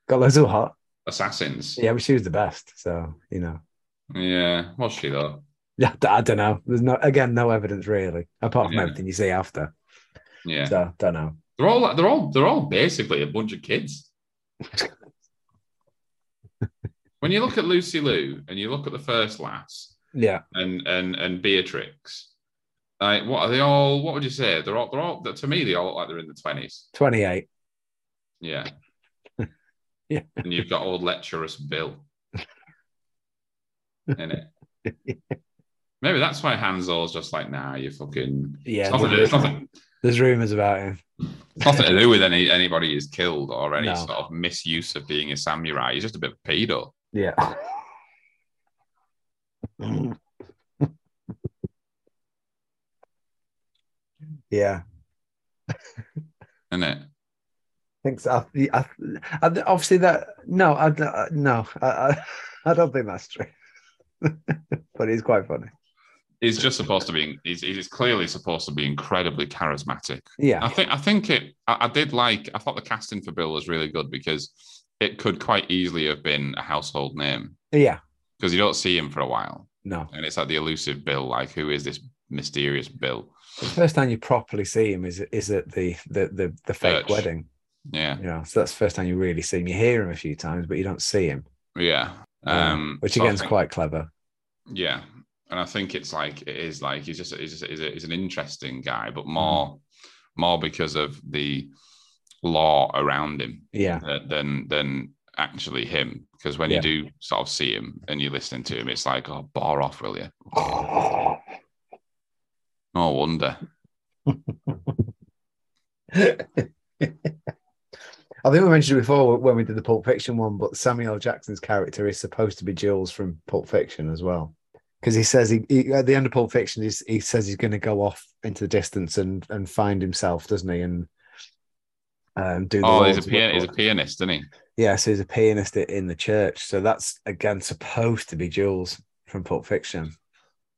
[SPEAKER 1] got loads of hot.
[SPEAKER 2] Assassins.
[SPEAKER 1] Yeah, but she was the best. So you know,
[SPEAKER 2] Yeah. Was she though?
[SPEAKER 1] yeah, I don't know. There's no again no evidence really, apart from
[SPEAKER 2] Yeah.
[SPEAKER 1] everything you see after.
[SPEAKER 2] Yeah.
[SPEAKER 1] So don't know.
[SPEAKER 2] They're all they're all they're all basically a bunch of kids. when you look at Lucy Lou and you look at the first lass,
[SPEAKER 1] Yeah,
[SPEAKER 2] and and and Beatrix. Like, what are they all? What would you say? They're all they're all to me. They all look like they're in the twenties.
[SPEAKER 1] twenty eight.
[SPEAKER 2] Yeah.
[SPEAKER 1] Yeah.
[SPEAKER 2] And you've got old lecherous Bill. In it. Maybe that's why Hansel's just like, nah, you fucking.
[SPEAKER 1] Yeah,
[SPEAKER 2] it's, nothing,
[SPEAKER 1] there's,
[SPEAKER 2] it's, nothing,
[SPEAKER 1] there's rumors about him.
[SPEAKER 2] it's nothing to do with any anybody who's killed or any
[SPEAKER 1] No.
[SPEAKER 2] sort of misuse of being a samurai. He's just a bit of a pedo.
[SPEAKER 1] Yeah. yeah,
[SPEAKER 2] Isn't it?
[SPEAKER 1] thanks. I, I, I, obviously, that no, I, I no, I, I, I don't think that's true. but it's quite funny.
[SPEAKER 2] he's just supposed to be. He's, he's clearly supposed to be incredibly charismatic. I
[SPEAKER 1] Yeah.
[SPEAKER 2] think I think it. I, I did like. I thought the casting for Bill was really good because it could quite easily have been a household name
[SPEAKER 1] Yeah.
[SPEAKER 2] because you don't see him for a while,
[SPEAKER 1] No.
[SPEAKER 2] and it's like the elusive Bill. Like, who is this mysterious Bill?
[SPEAKER 1] The first time you properly see him is is at the the the, the fake
[SPEAKER 2] Church.
[SPEAKER 1] wedding.
[SPEAKER 2] Yeah,
[SPEAKER 1] You know, so that's the first time you really see him. You hear him a few times, but you don't see him.
[SPEAKER 2] yeah.
[SPEAKER 1] Yeah.
[SPEAKER 2] Um,
[SPEAKER 1] which
[SPEAKER 2] so I
[SPEAKER 1] again is
[SPEAKER 2] think-
[SPEAKER 1] quite clever.
[SPEAKER 2] Yeah, and I think it's like it is like he's just he's just he's, a, he's an interesting guy,
[SPEAKER 1] Mm.
[SPEAKER 2] but more more because of the law around him
[SPEAKER 1] Yeah.
[SPEAKER 2] uh, than than actually him. Because when
[SPEAKER 1] Yeah.
[SPEAKER 2] you do sort of see him and you're listening to him, it's like oh, bar off, will you? No wonder.
[SPEAKER 1] I think we mentioned it before when we did the Pulp Fiction one, but Samuel L. Jackson's character is supposed to be Jules from Pulp Fiction as well. Because he says he, he at the end of Pulp Fiction, he's, he says he's going to go off into the distance and and find himself, doesn't he? And um, do the
[SPEAKER 2] Oh, he's a
[SPEAKER 1] Lord's
[SPEAKER 2] pian- he's a
[SPEAKER 1] work.
[SPEAKER 2] pianist, isn't he?
[SPEAKER 1] Yeah, so he's a pianist i- in the church. So that's again supposed to be Jules from Pulp Fiction.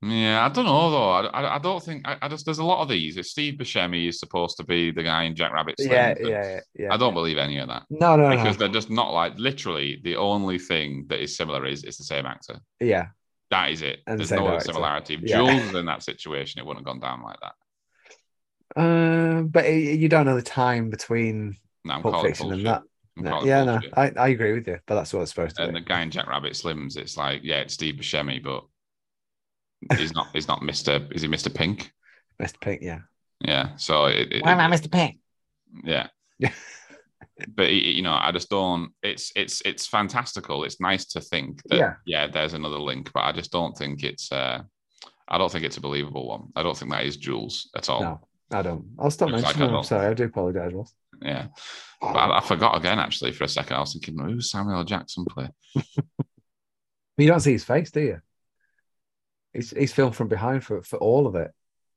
[SPEAKER 2] Yeah, I don't know though. I, I, I don't think I, I just there's a lot of these. It's Steve Buscemi is supposed to be the guy in Jack Rabbit's.
[SPEAKER 1] Yeah,
[SPEAKER 2] thing, but
[SPEAKER 1] yeah, yeah. Uh-huh.
[SPEAKER 2] I don't believe any of that.
[SPEAKER 1] No, no, no.
[SPEAKER 2] because they're just not like literally the only thing that is similar is it's the same actor.
[SPEAKER 1] Yeah,
[SPEAKER 2] That is it.
[SPEAKER 1] And the
[SPEAKER 2] There's
[SPEAKER 1] same
[SPEAKER 2] no other
[SPEAKER 1] director.
[SPEAKER 2] similarity. If
[SPEAKER 1] Yeah.
[SPEAKER 2] Jules was in that situation, it wouldn't have gone down like that.
[SPEAKER 1] um, but y- you don't know the time between
[SPEAKER 2] No, I'm
[SPEAKER 1] Pulp
[SPEAKER 2] calling
[SPEAKER 1] Fiction
[SPEAKER 2] bullshit.
[SPEAKER 1] and that.
[SPEAKER 2] I'm
[SPEAKER 1] No,
[SPEAKER 2] calling
[SPEAKER 1] yeah, no,
[SPEAKER 2] bullshit.
[SPEAKER 1] I, I agree with you, but that's what it's supposed to
[SPEAKER 2] and the
[SPEAKER 1] be.
[SPEAKER 2] guy in Jack Rabbit Slims, it's like, yeah, it's Steve Buscemi, but he's not. He's not Mister. Is he Mister Pink?
[SPEAKER 1] Mr. Pink, yeah.
[SPEAKER 2] Yeah. So it, it-
[SPEAKER 1] Mr. Pink?
[SPEAKER 2] Yeah.
[SPEAKER 1] Yeah.
[SPEAKER 2] but y- you know, I just don't. It's it's it's fantastical. It's nice to think that yeah,
[SPEAKER 1] Yeah.
[SPEAKER 2] there's another link, but I just don't think it's. uh I don't think it's a believable one. I don't think that is Jules at all.
[SPEAKER 1] No, I don't. I'll stop
[SPEAKER 2] Oh. Looks like
[SPEAKER 1] mentioning
[SPEAKER 2] I
[SPEAKER 1] them.
[SPEAKER 2] don't.
[SPEAKER 1] Sorry, I do apologize, Ross.
[SPEAKER 2] Yeah, but I, I forgot again actually for a second. I was thinking, who's Samuel L. Jackson play?
[SPEAKER 1] But you don't see his face, do you? He's, he's filmed from behind for, for all of it.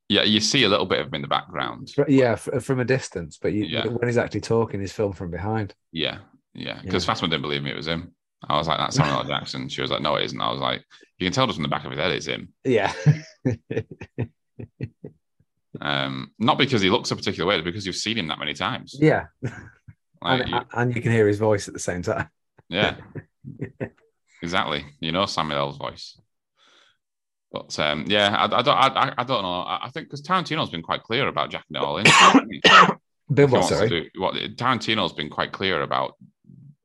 [SPEAKER 2] Yeah, you see a little bit of him in the background.
[SPEAKER 1] Fr- Yeah, fr- from a distance, but you,
[SPEAKER 2] Yeah.
[SPEAKER 1] when he's actually talking, he's filmed from behind.
[SPEAKER 2] Yeah, yeah. Because Fatima didn't believe me it was him. I was like, that's Samuel L. Jackson. She was like, no, it isn't. I was like, you can tell just from the back of his head it's him.
[SPEAKER 1] Yeah.
[SPEAKER 2] Um, not because he looks a particular way, but because you've seen him that many times.
[SPEAKER 1] yeah.
[SPEAKER 2] Like,
[SPEAKER 1] and,
[SPEAKER 2] you-
[SPEAKER 1] and you can hear his voice at the same time.
[SPEAKER 2] Yeah. exactly. You know Samuel L's voice. But um, yeah, I, I don't, I, I- I don't know. I, I think because Tarantino's been queen quite clear about jacking it all in.
[SPEAKER 1] Bill, what,
[SPEAKER 2] He wants to
[SPEAKER 1] sorry?
[SPEAKER 2] do- what- Tarantino's been quite clear about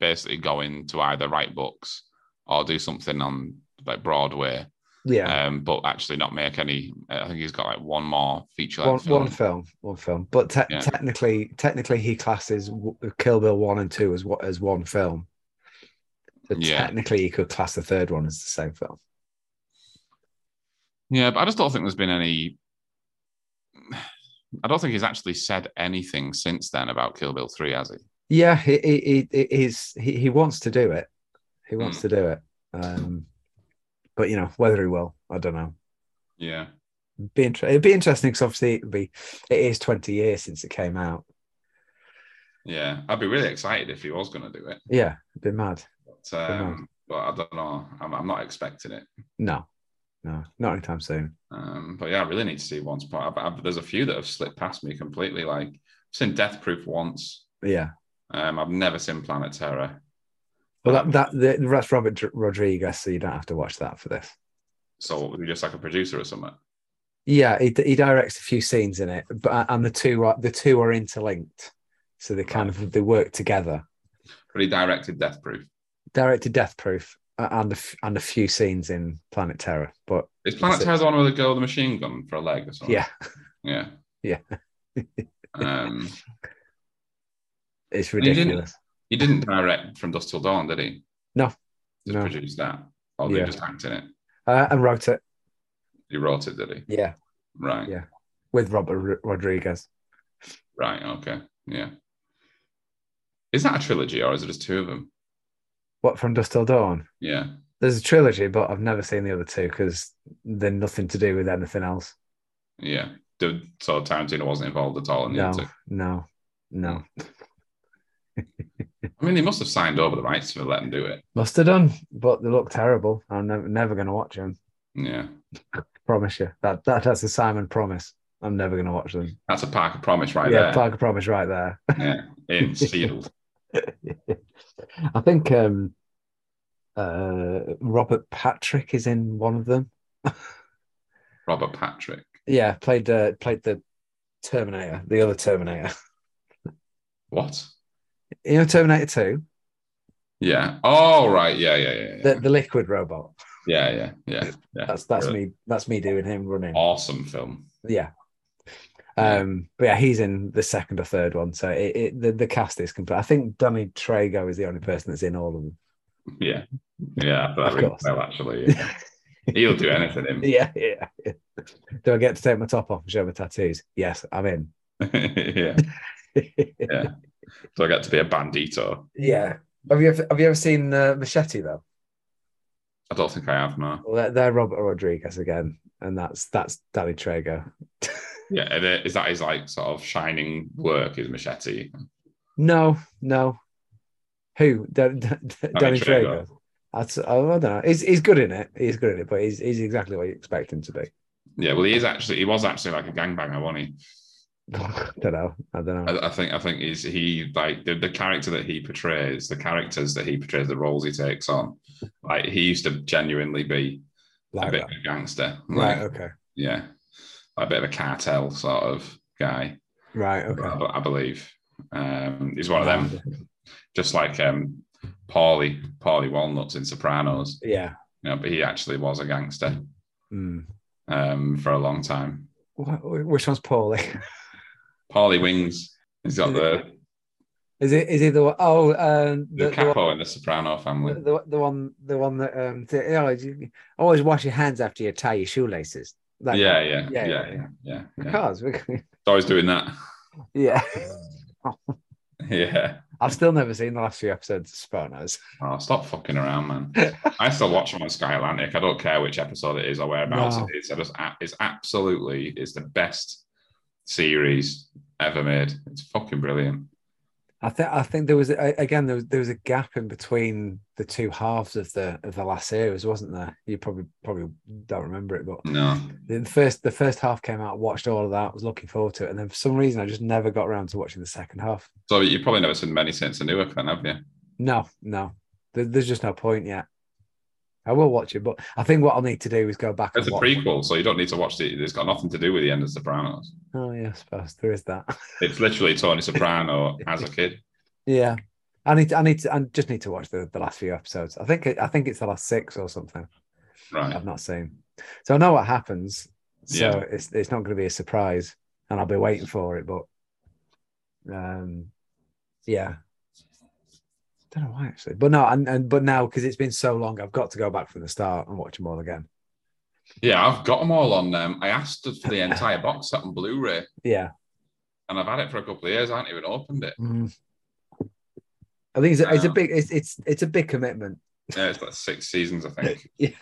[SPEAKER 2] basically going to either write books or do something on like Broadway,
[SPEAKER 1] Yeah.
[SPEAKER 2] um, but actually not make any. I think he's got like one more feature.
[SPEAKER 1] one,
[SPEAKER 2] length film.
[SPEAKER 1] one film, one film. But te-
[SPEAKER 2] Yeah.
[SPEAKER 1] technically, technically, he classes w- Kill Bill one and two as what as one film. So
[SPEAKER 2] Yeah.
[SPEAKER 1] technically, he could class the third one as the same film.
[SPEAKER 2] Yeah, but I just don't think there's been any. I don't think he's actually said anything since then about Kill Bill 3, has he?
[SPEAKER 1] Yeah, he he he, he's, he, he wants to do it. He
[SPEAKER 2] Hmm.
[SPEAKER 1] wants to do it. Um, but you know whether he will, I don't know.
[SPEAKER 2] Yeah.
[SPEAKER 1] Be inter- it'd be interesting because obviously it'd be it is twenty years since it came out.
[SPEAKER 2] Yeah. I'd be really excited if he was going to do it.
[SPEAKER 1] Yeah, it'd be mad.
[SPEAKER 2] But, um, but I don't know. I'm, I'm not expecting it.
[SPEAKER 1] No, no, not anytime soon.
[SPEAKER 2] Um, but yeah, I really need to see once. But I've, I've, there's a few that have slipped past me completely. Like, I've seen Death Proof once.
[SPEAKER 1] Yeah.
[SPEAKER 2] Um, I've never seen Planet Terror.
[SPEAKER 1] Well, that that the, that's Robert Dr- Rodriguez, so you don't have to watch that for this.
[SPEAKER 2] So we're just like a producer or something.
[SPEAKER 1] Yeah, he, he directs a few scenes in it, but uh, and the two are the two are interlinked, so they kind of they work together.
[SPEAKER 2] But he directed Death Proof.
[SPEAKER 1] Directed Death Proof uh, and a f- and a few scenes in Planet Terror, but
[SPEAKER 2] Is Planet
[SPEAKER 1] That's it.
[SPEAKER 2] Terror the one with the girl with the machine gun for a leg or something?
[SPEAKER 1] yeah,
[SPEAKER 2] Yeah.
[SPEAKER 1] Yeah.
[SPEAKER 2] um,
[SPEAKER 1] it's
[SPEAKER 2] And he didn't-
[SPEAKER 1] ridiculous.
[SPEAKER 2] he didn't direct from Dust Till Dawn, did he?
[SPEAKER 1] No.
[SPEAKER 2] Just
[SPEAKER 1] No.
[SPEAKER 2] produced that. Or did
[SPEAKER 1] Yeah.
[SPEAKER 2] he just act in it?
[SPEAKER 1] Uh, and wrote it,
[SPEAKER 2] He wrote it, did he?
[SPEAKER 1] yeah,
[SPEAKER 2] Right.
[SPEAKER 1] Yeah. with Robert R- Rodriguez.
[SPEAKER 2] Right. Okay. Yeah. Is that a trilogy or is it just two of them?
[SPEAKER 1] What from Dust Till Dawn?
[SPEAKER 2] Yeah.
[SPEAKER 1] There's a trilogy, but I've never seen the other two because they're nothing to do with anything else.
[SPEAKER 2] Yeah. Do- So Tarantino wasn't involved at all in the
[SPEAKER 1] No,
[SPEAKER 2] other two.
[SPEAKER 1] no, no.
[SPEAKER 2] I mean, he must have signed over the rights to let him do it.
[SPEAKER 1] Must have done, but they look terrible. I'm never, never going to watch them.
[SPEAKER 2] Yeah.
[SPEAKER 1] Promise you that, that that's a Simon promise. I'm never going to watch them.
[SPEAKER 2] That's a Parker promise right
[SPEAKER 1] yeah,
[SPEAKER 2] there.
[SPEAKER 1] Parker promise right there.
[SPEAKER 2] yeah, in sealed.
[SPEAKER 1] I think um, uh, Robert Patrick is in one of them.
[SPEAKER 2] Robert Patrick.
[SPEAKER 1] Yeah, played uh, played the Terminator, the other Terminator.
[SPEAKER 2] What?
[SPEAKER 1] You know, Terminator Two,
[SPEAKER 2] Yeah. Oh right. Yeah. Yeah. Yeah. Yeah.
[SPEAKER 1] the, the liquid robot.
[SPEAKER 2] yeah. Yeah. Yeah. yeah.
[SPEAKER 1] That's that's
[SPEAKER 2] Brilliant.
[SPEAKER 1] me. That's me doing him running.
[SPEAKER 2] Awesome film.
[SPEAKER 1] Yeah. Um, but yeah, he's in the second or third one, so it, it the, the cast is complete. I think Danny Trago is the only person that's in all of them.
[SPEAKER 2] Yeah. Yeah.
[SPEAKER 1] Of
[SPEAKER 2] That rings
[SPEAKER 1] course.
[SPEAKER 2] well, actually. yeah. He'll do anything. Him.
[SPEAKER 1] Yeah, yeah. yeah. Do I get to take my top off and show my tattoos? Yes, I'm in.
[SPEAKER 2] yeah. Yeah. So I get to be a bandito.
[SPEAKER 1] yeah. Have you ever, have you ever seen uh, Machete though?
[SPEAKER 2] I don't think I have no.
[SPEAKER 1] Well, they're, they're Robert Rodriguez again, and that's that's Danny Trago.
[SPEAKER 2] Yeah. and it- Is that his like sort of shining work? His machete.
[SPEAKER 1] No, no. Who? Dan, Dan- Danny Trago.
[SPEAKER 2] Trejo.
[SPEAKER 1] That's, oh, I don't know. He's, he's good in it. He's good in it, but he's, he's exactly what you expect him to be.
[SPEAKER 2] Yeah. Well, he is actually. He was actually like a gangbanger, wasn't he?
[SPEAKER 1] don't know. I don't know.
[SPEAKER 2] I, I think I think is he like the, the character that he portrays, the characters that he portrays, the roles he takes on. Like he used to genuinely be a
[SPEAKER 1] Like
[SPEAKER 2] bit
[SPEAKER 1] that.
[SPEAKER 2] of a gangster, like,
[SPEAKER 1] Right. Okay.
[SPEAKER 2] yeah, a bit of a cartel sort of guy.
[SPEAKER 1] Right. Okay.
[SPEAKER 2] I, I believe um, he's one of them, just like um, Paulie Paulie Walnuts in Sopranos.
[SPEAKER 1] Yeah.
[SPEAKER 2] You know, but he actually was a gangster
[SPEAKER 1] Mm.
[SPEAKER 2] um, for a long time.
[SPEAKER 1] Wh- wh- Which one's Paulie?
[SPEAKER 2] Paulie Wings, he's got the
[SPEAKER 1] Is it? Is it the one oh um,
[SPEAKER 2] the
[SPEAKER 1] the, the, one,
[SPEAKER 2] capo in the Soprano family.
[SPEAKER 1] the, the one the one that um th- you know, you- always wash your hands after you tie your shoelaces. That
[SPEAKER 2] yeah,
[SPEAKER 1] guy.
[SPEAKER 2] yeah,
[SPEAKER 1] Yeah,
[SPEAKER 2] yeah,
[SPEAKER 1] yeah,
[SPEAKER 2] yeah, yeah, yeah,
[SPEAKER 1] Because we-
[SPEAKER 2] It's always doing that.
[SPEAKER 1] yeah,
[SPEAKER 2] Yeah.
[SPEAKER 1] I've still never seen the last few episodes of Sopranos.
[SPEAKER 2] Oh, stop fucking around, man. I still watch them on Sky Atlantic. I don't care which episode it is or whereabouts
[SPEAKER 1] No.
[SPEAKER 2] it is. I just, a- it's absolutely it's the best series ever made. It's fucking brilliant.
[SPEAKER 1] I think I think there was a, again there was there was a gap in between the two halves of the of the last series, wasn't there? You probably probably don't remember it, but
[SPEAKER 2] No.
[SPEAKER 1] the first the first half came out, watched all of that, was looking forward to it, and then for some reason I just never got around to watching the second half.
[SPEAKER 2] So you've probably never seen many since of Newark, then, have you?
[SPEAKER 1] No, no, there, there's just no point yet. I will watch it, but I think what I'll need to do is go back.
[SPEAKER 2] It's a
[SPEAKER 1] and watch.
[SPEAKER 2] prequel, so you don't need to watch it. It's got nothing to do with the end of Sopranos.
[SPEAKER 1] Oh yeah, I suppose there is that.
[SPEAKER 2] It's literally Tony Soprano as a kid.
[SPEAKER 1] yeah, I need to, I need to, I just need to watch the, the last few episodes. I think it, I think it's the last six or something.
[SPEAKER 2] Right.
[SPEAKER 1] I've not seen, so I know what happens. So
[SPEAKER 2] Yeah.
[SPEAKER 1] it's it's not going to be a surprise, and I'll be waiting for it. But um, yeah, don't know why actually, but no, and, and but now because it's been so long, I've got to go back from the start and watch them all again.
[SPEAKER 2] Yeah, I've got them all on. Um, I asked for the entire box set on Blu-ray,
[SPEAKER 1] Yeah,
[SPEAKER 2] and I've had it for a couple of years. I haven't even opened it.
[SPEAKER 1] Mm. I think it's a, it's a big it's it's it's a big commitment.
[SPEAKER 2] Yeah, it's like six seasons, I think.
[SPEAKER 1] Yeah.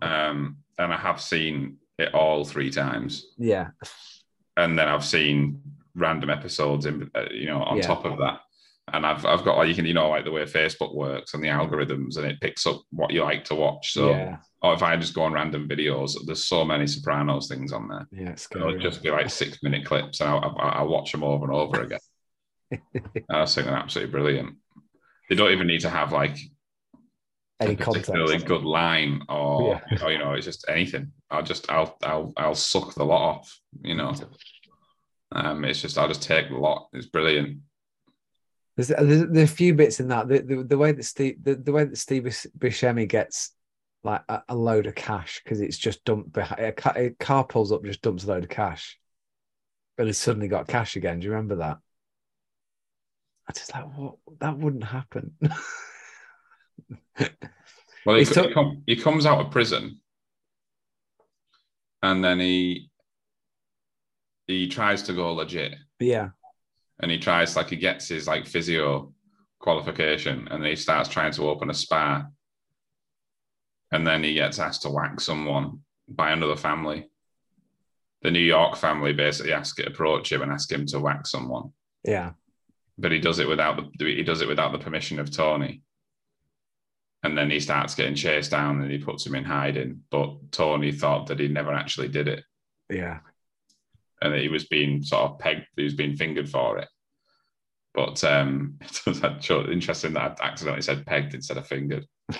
[SPEAKER 2] Um, and I have seen it all three times,
[SPEAKER 1] yeah,
[SPEAKER 2] and then I've seen random episodes in, uh, you know, on
[SPEAKER 1] Yeah.
[SPEAKER 2] top of that. And I've I've got like you can you know like the way Facebook works and the algorithms, and it picks up what you like to watch. So,
[SPEAKER 1] yeah,
[SPEAKER 2] or if I just go on random videos, there's so many Sopranos things on there.
[SPEAKER 1] yeah. It's
[SPEAKER 2] It'll
[SPEAKER 1] scary.
[SPEAKER 2] just be like six minute clips, and I I watch them over and over again. And I think they're absolutely brilliant. They don't even need to have like
[SPEAKER 1] Any
[SPEAKER 2] a particularly
[SPEAKER 1] context?
[SPEAKER 2] good line or, or, you know it's just anything i'll just i'll i'll i'll suck the lot off you know um it's just i'll just take the lot it's brilliant
[SPEAKER 1] There's, there's, there's a few bits in that the, the, the way that Steve the, the way that Steve Bus- Buscemi gets like a, a load of cash because it's just dumped behind a car, a car pulls up just dumps a load of cash, but he's suddenly got cash again. Do you remember that? I just like what that wouldn't happen.
[SPEAKER 2] well he,
[SPEAKER 1] It's
[SPEAKER 2] co-
[SPEAKER 1] so-
[SPEAKER 2] he, com- he comes out of prison and then he he tries to go legit
[SPEAKER 1] yeah,
[SPEAKER 2] and he tries like he gets his like physio qualification and then he starts trying to open a spa and then he gets asked to whack someone by another family the new york family basically ask approach him and ask him to whack someone
[SPEAKER 1] yeah,
[SPEAKER 2] but he does it without the he does it without the permission of tony And then he starts getting chased down and he puts him in hiding. But Tony thought that he never actually did it
[SPEAKER 1] Yeah.
[SPEAKER 2] and that he was being sort of pegged, he was being fingered for it. But um, it was actually interesting that I accidentally said pegged instead of fingered.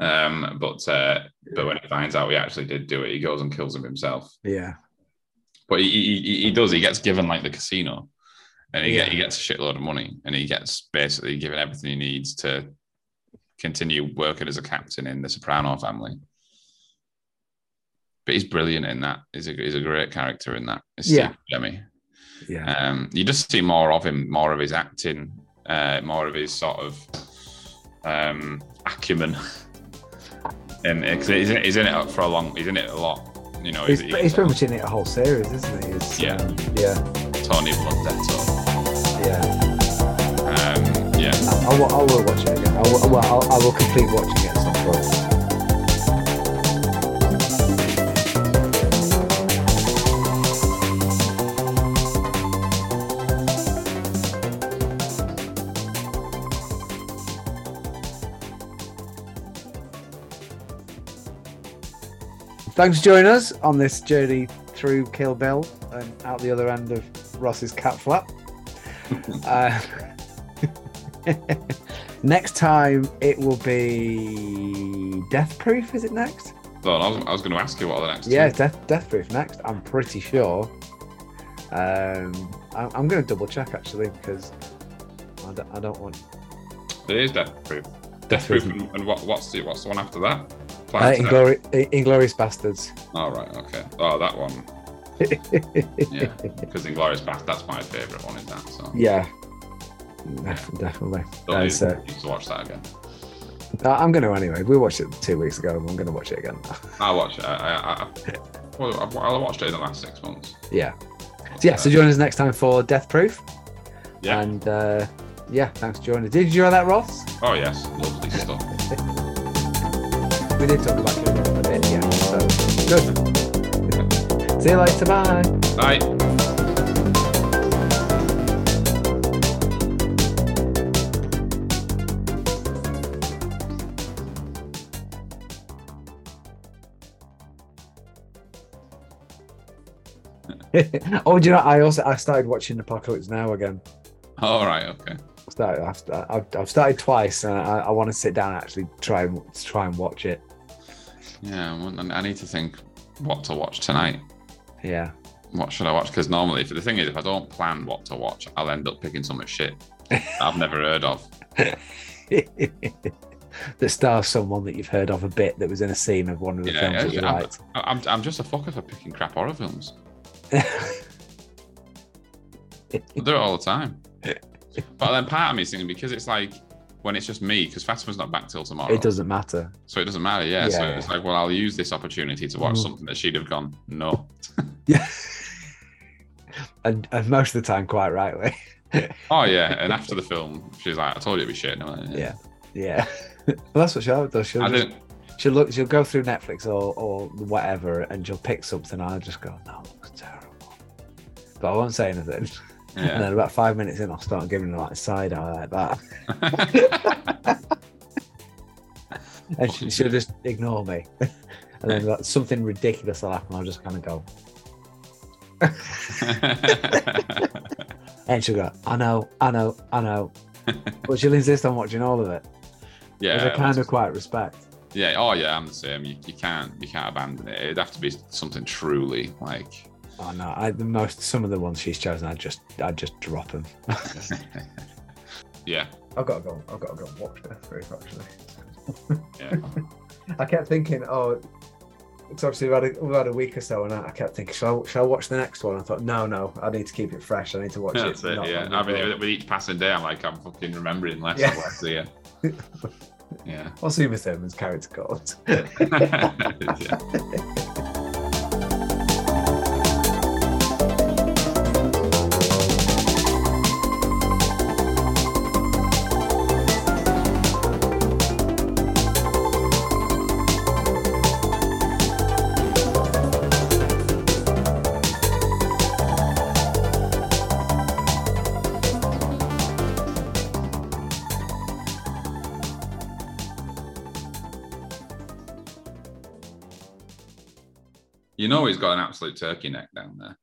[SPEAKER 2] um, but uh, but when he finds out he actually did do it, he goes and kills him himself.
[SPEAKER 1] Yeah.
[SPEAKER 2] But he he, he- he does. He gets given like the casino, and he get, he
[SPEAKER 1] Yeah.
[SPEAKER 2] gets a shitload of money, and he gets basically given everything he needs to continue working as a captain in the Soprano family. But he's brilliant in that. He's a he's a great character in that. It's
[SPEAKER 1] Yeah.
[SPEAKER 2] Steve Buscemi.
[SPEAKER 1] Yeah.
[SPEAKER 2] Um, you just see more of him, more of his acting, uh, more of his sort of um, acumen. And uh, 'cause he's in, he's in it for a long, he's in it a lot. You know,
[SPEAKER 1] He's,
[SPEAKER 2] he's,
[SPEAKER 1] he's pretty much in it a whole series, isn't he? It's,
[SPEAKER 2] Yeah.
[SPEAKER 1] um, yeah.
[SPEAKER 2] Tony Blondetto.
[SPEAKER 1] Yeah.
[SPEAKER 2] Um, yeah,
[SPEAKER 1] I, I, will- I will watch it again. I will, well, I'll, I will complete watching it at some point. Thanks for joining us on this journey through Kill Bill and out the other end of Ross's cat flap. uh, next time it will be Death Proof, is it next?
[SPEAKER 2] Well, I was, I was going to ask you what are the next.
[SPEAKER 1] Yeah,
[SPEAKER 2] two-
[SPEAKER 1] Death, Death Proof next, I'm pretty sure. Um, I, I'm going to double check actually because I don't, I don't want. Uh,
[SPEAKER 2] There is Death Proof. Death
[SPEAKER 1] Death
[SPEAKER 2] Proof,
[SPEAKER 1] Proof.
[SPEAKER 2] and, and what, what's the what's the one after that?
[SPEAKER 1] Uh,
[SPEAKER 2] Planet Terror.
[SPEAKER 1] Inglori- Inglorious Bastards.
[SPEAKER 2] oh, right, okay. Oh, that one. Yeah, because Inglorious Bath, that's my favourite one in that. So
[SPEAKER 1] yeah. Def- definitely.
[SPEAKER 2] Don't
[SPEAKER 1] Uh,
[SPEAKER 2] need-
[SPEAKER 1] so-
[SPEAKER 2] need to watch that again.
[SPEAKER 1] Uh, I'm going to anyway. We watched it two weeks ago. and I'm going to watch it again.
[SPEAKER 2] I watch it. I, I, I, well, I've, I watched it in the last six months.
[SPEAKER 1] yeah. So, yeah. So join us next time for Death Proof.
[SPEAKER 2] Uh, Yeah.
[SPEAKER 1] And uh, yeah, thanks for joining us. Did you enjoy that, Ross?
[SPEAKER 2] Oh yes, lovely stuff.
[SPEAKER 1] We did talk about it a bit. Yeah. So good. See you later. Bye.
[SPEAKER 2] Bye.
[SPEAKER 1] oh, do you know? I also I started watching Apocalypse Now again.
[SPEAKER 2] All right. Okay.
[SPEAKER 1] Started, I've, I've, I've started twice, and I, I want to sit down and actually try and try and watch it.
[SPEAKER 2] Yeah. I want- I need to think what to watch tonight.
[SPEAKER 1] Yeah.
[SPEAKER 2] What should I watch? Because normally, the thing is, if I don't plan what to watch, I'll end up picking some shit that I've never heard of.
[SPEAKER 1] that stars someone that you've heard of a bit that was in a scene of one of the
[SPEAKER 2] Yeah,
[SPEAKER 1] films that you
[SPEAKER 2] yeah, yeah.
[SPEAKER 1] liked.
[SPEAKER 2] I- I'm, I'm just a fucker for picking crap horror films. I do it all the time. But then part of me is thinking because it's like when it's just me, because Fatima's not back till tomorrow.
[SPEAKER 1] It doesn't matter.
[SPEAKER 2] So it doesn't matter. Yeah. So
[SPEAKER 1] Yeah.
[SPEAKER 2] it's like, well, I'll use this opportunity to watch
[SPEAKER 1] Mm.
[SPEAKER 2] something that she'd have gone, no.
[SPEAKER 1] Yeah. and, and most of the time, quite rightly.
[SPEAKER 2] Oh, yeah. And after the film, she's like, I told you it'd be shit. And I'm like,
[SPEAKER 1] Yeah. Yeah. well, that's what Charlotte does. She'll,
[SPEAKER 2] I
[SPEAKER 1] just,
[SPEAKER 2] didn't.
[SPEAKER 1] she'll look. She'll go through Netflix or, or whatever, and she'll pick something. And I'll just go, "That looks terrible," but I won't say anything. And
[SPEAKER 2] Yeah.
[SPEAKER 1] then about five minutes in, I'll start giving her like a side eye like that, and she, she'll just ignore me. and then like, something ridiculous will happen. I'll just kind of go, And she'll go, I know, I know, I know. but she'll insist on watching all of it, which I
[SPEAKER 2] yeah.
[SPEAKER 1] kind of quite respect.
[SPEAKER 2] Yeah. Oh, yeah. I'm the same. You, you can't. You can't abandon it. It'd have to be something truly like.
[SPEAKER 1] Oh no, I, the most some of the ones she's chosen, I just I just drop them.
[SPEAKER 2] yeah.
[SPEAKER 1] I've got to go. I've got to go and watch Death Proof. Actually,
[SPEAKER 2] Yeah.
[SPEAKER 1] I kept thinking, oh, it's obviously we've had a, we've had a week or so, and I, I kept thinking, shall I, shall I watch the next one? I thought, no, no, I need to keep it fresh. I need to watch it.
[SPEAKER 2] That's it.
[SPEAKER 1] not-
[SPEAKER 2] yeah. I
[SPEAKER 1] not-
[SPEAKER 2] mean, with each passing day, I'm like, I'm fucking remembering less
[SPEAKER 1] Yeah.
[SPEAKER 2] and less. Yeah. Yeah.
[SPEAKER 1] what's Uma Thurman's character called?
[SPEAKER 2] yeah. You know he's got an absolute turkey neck down there.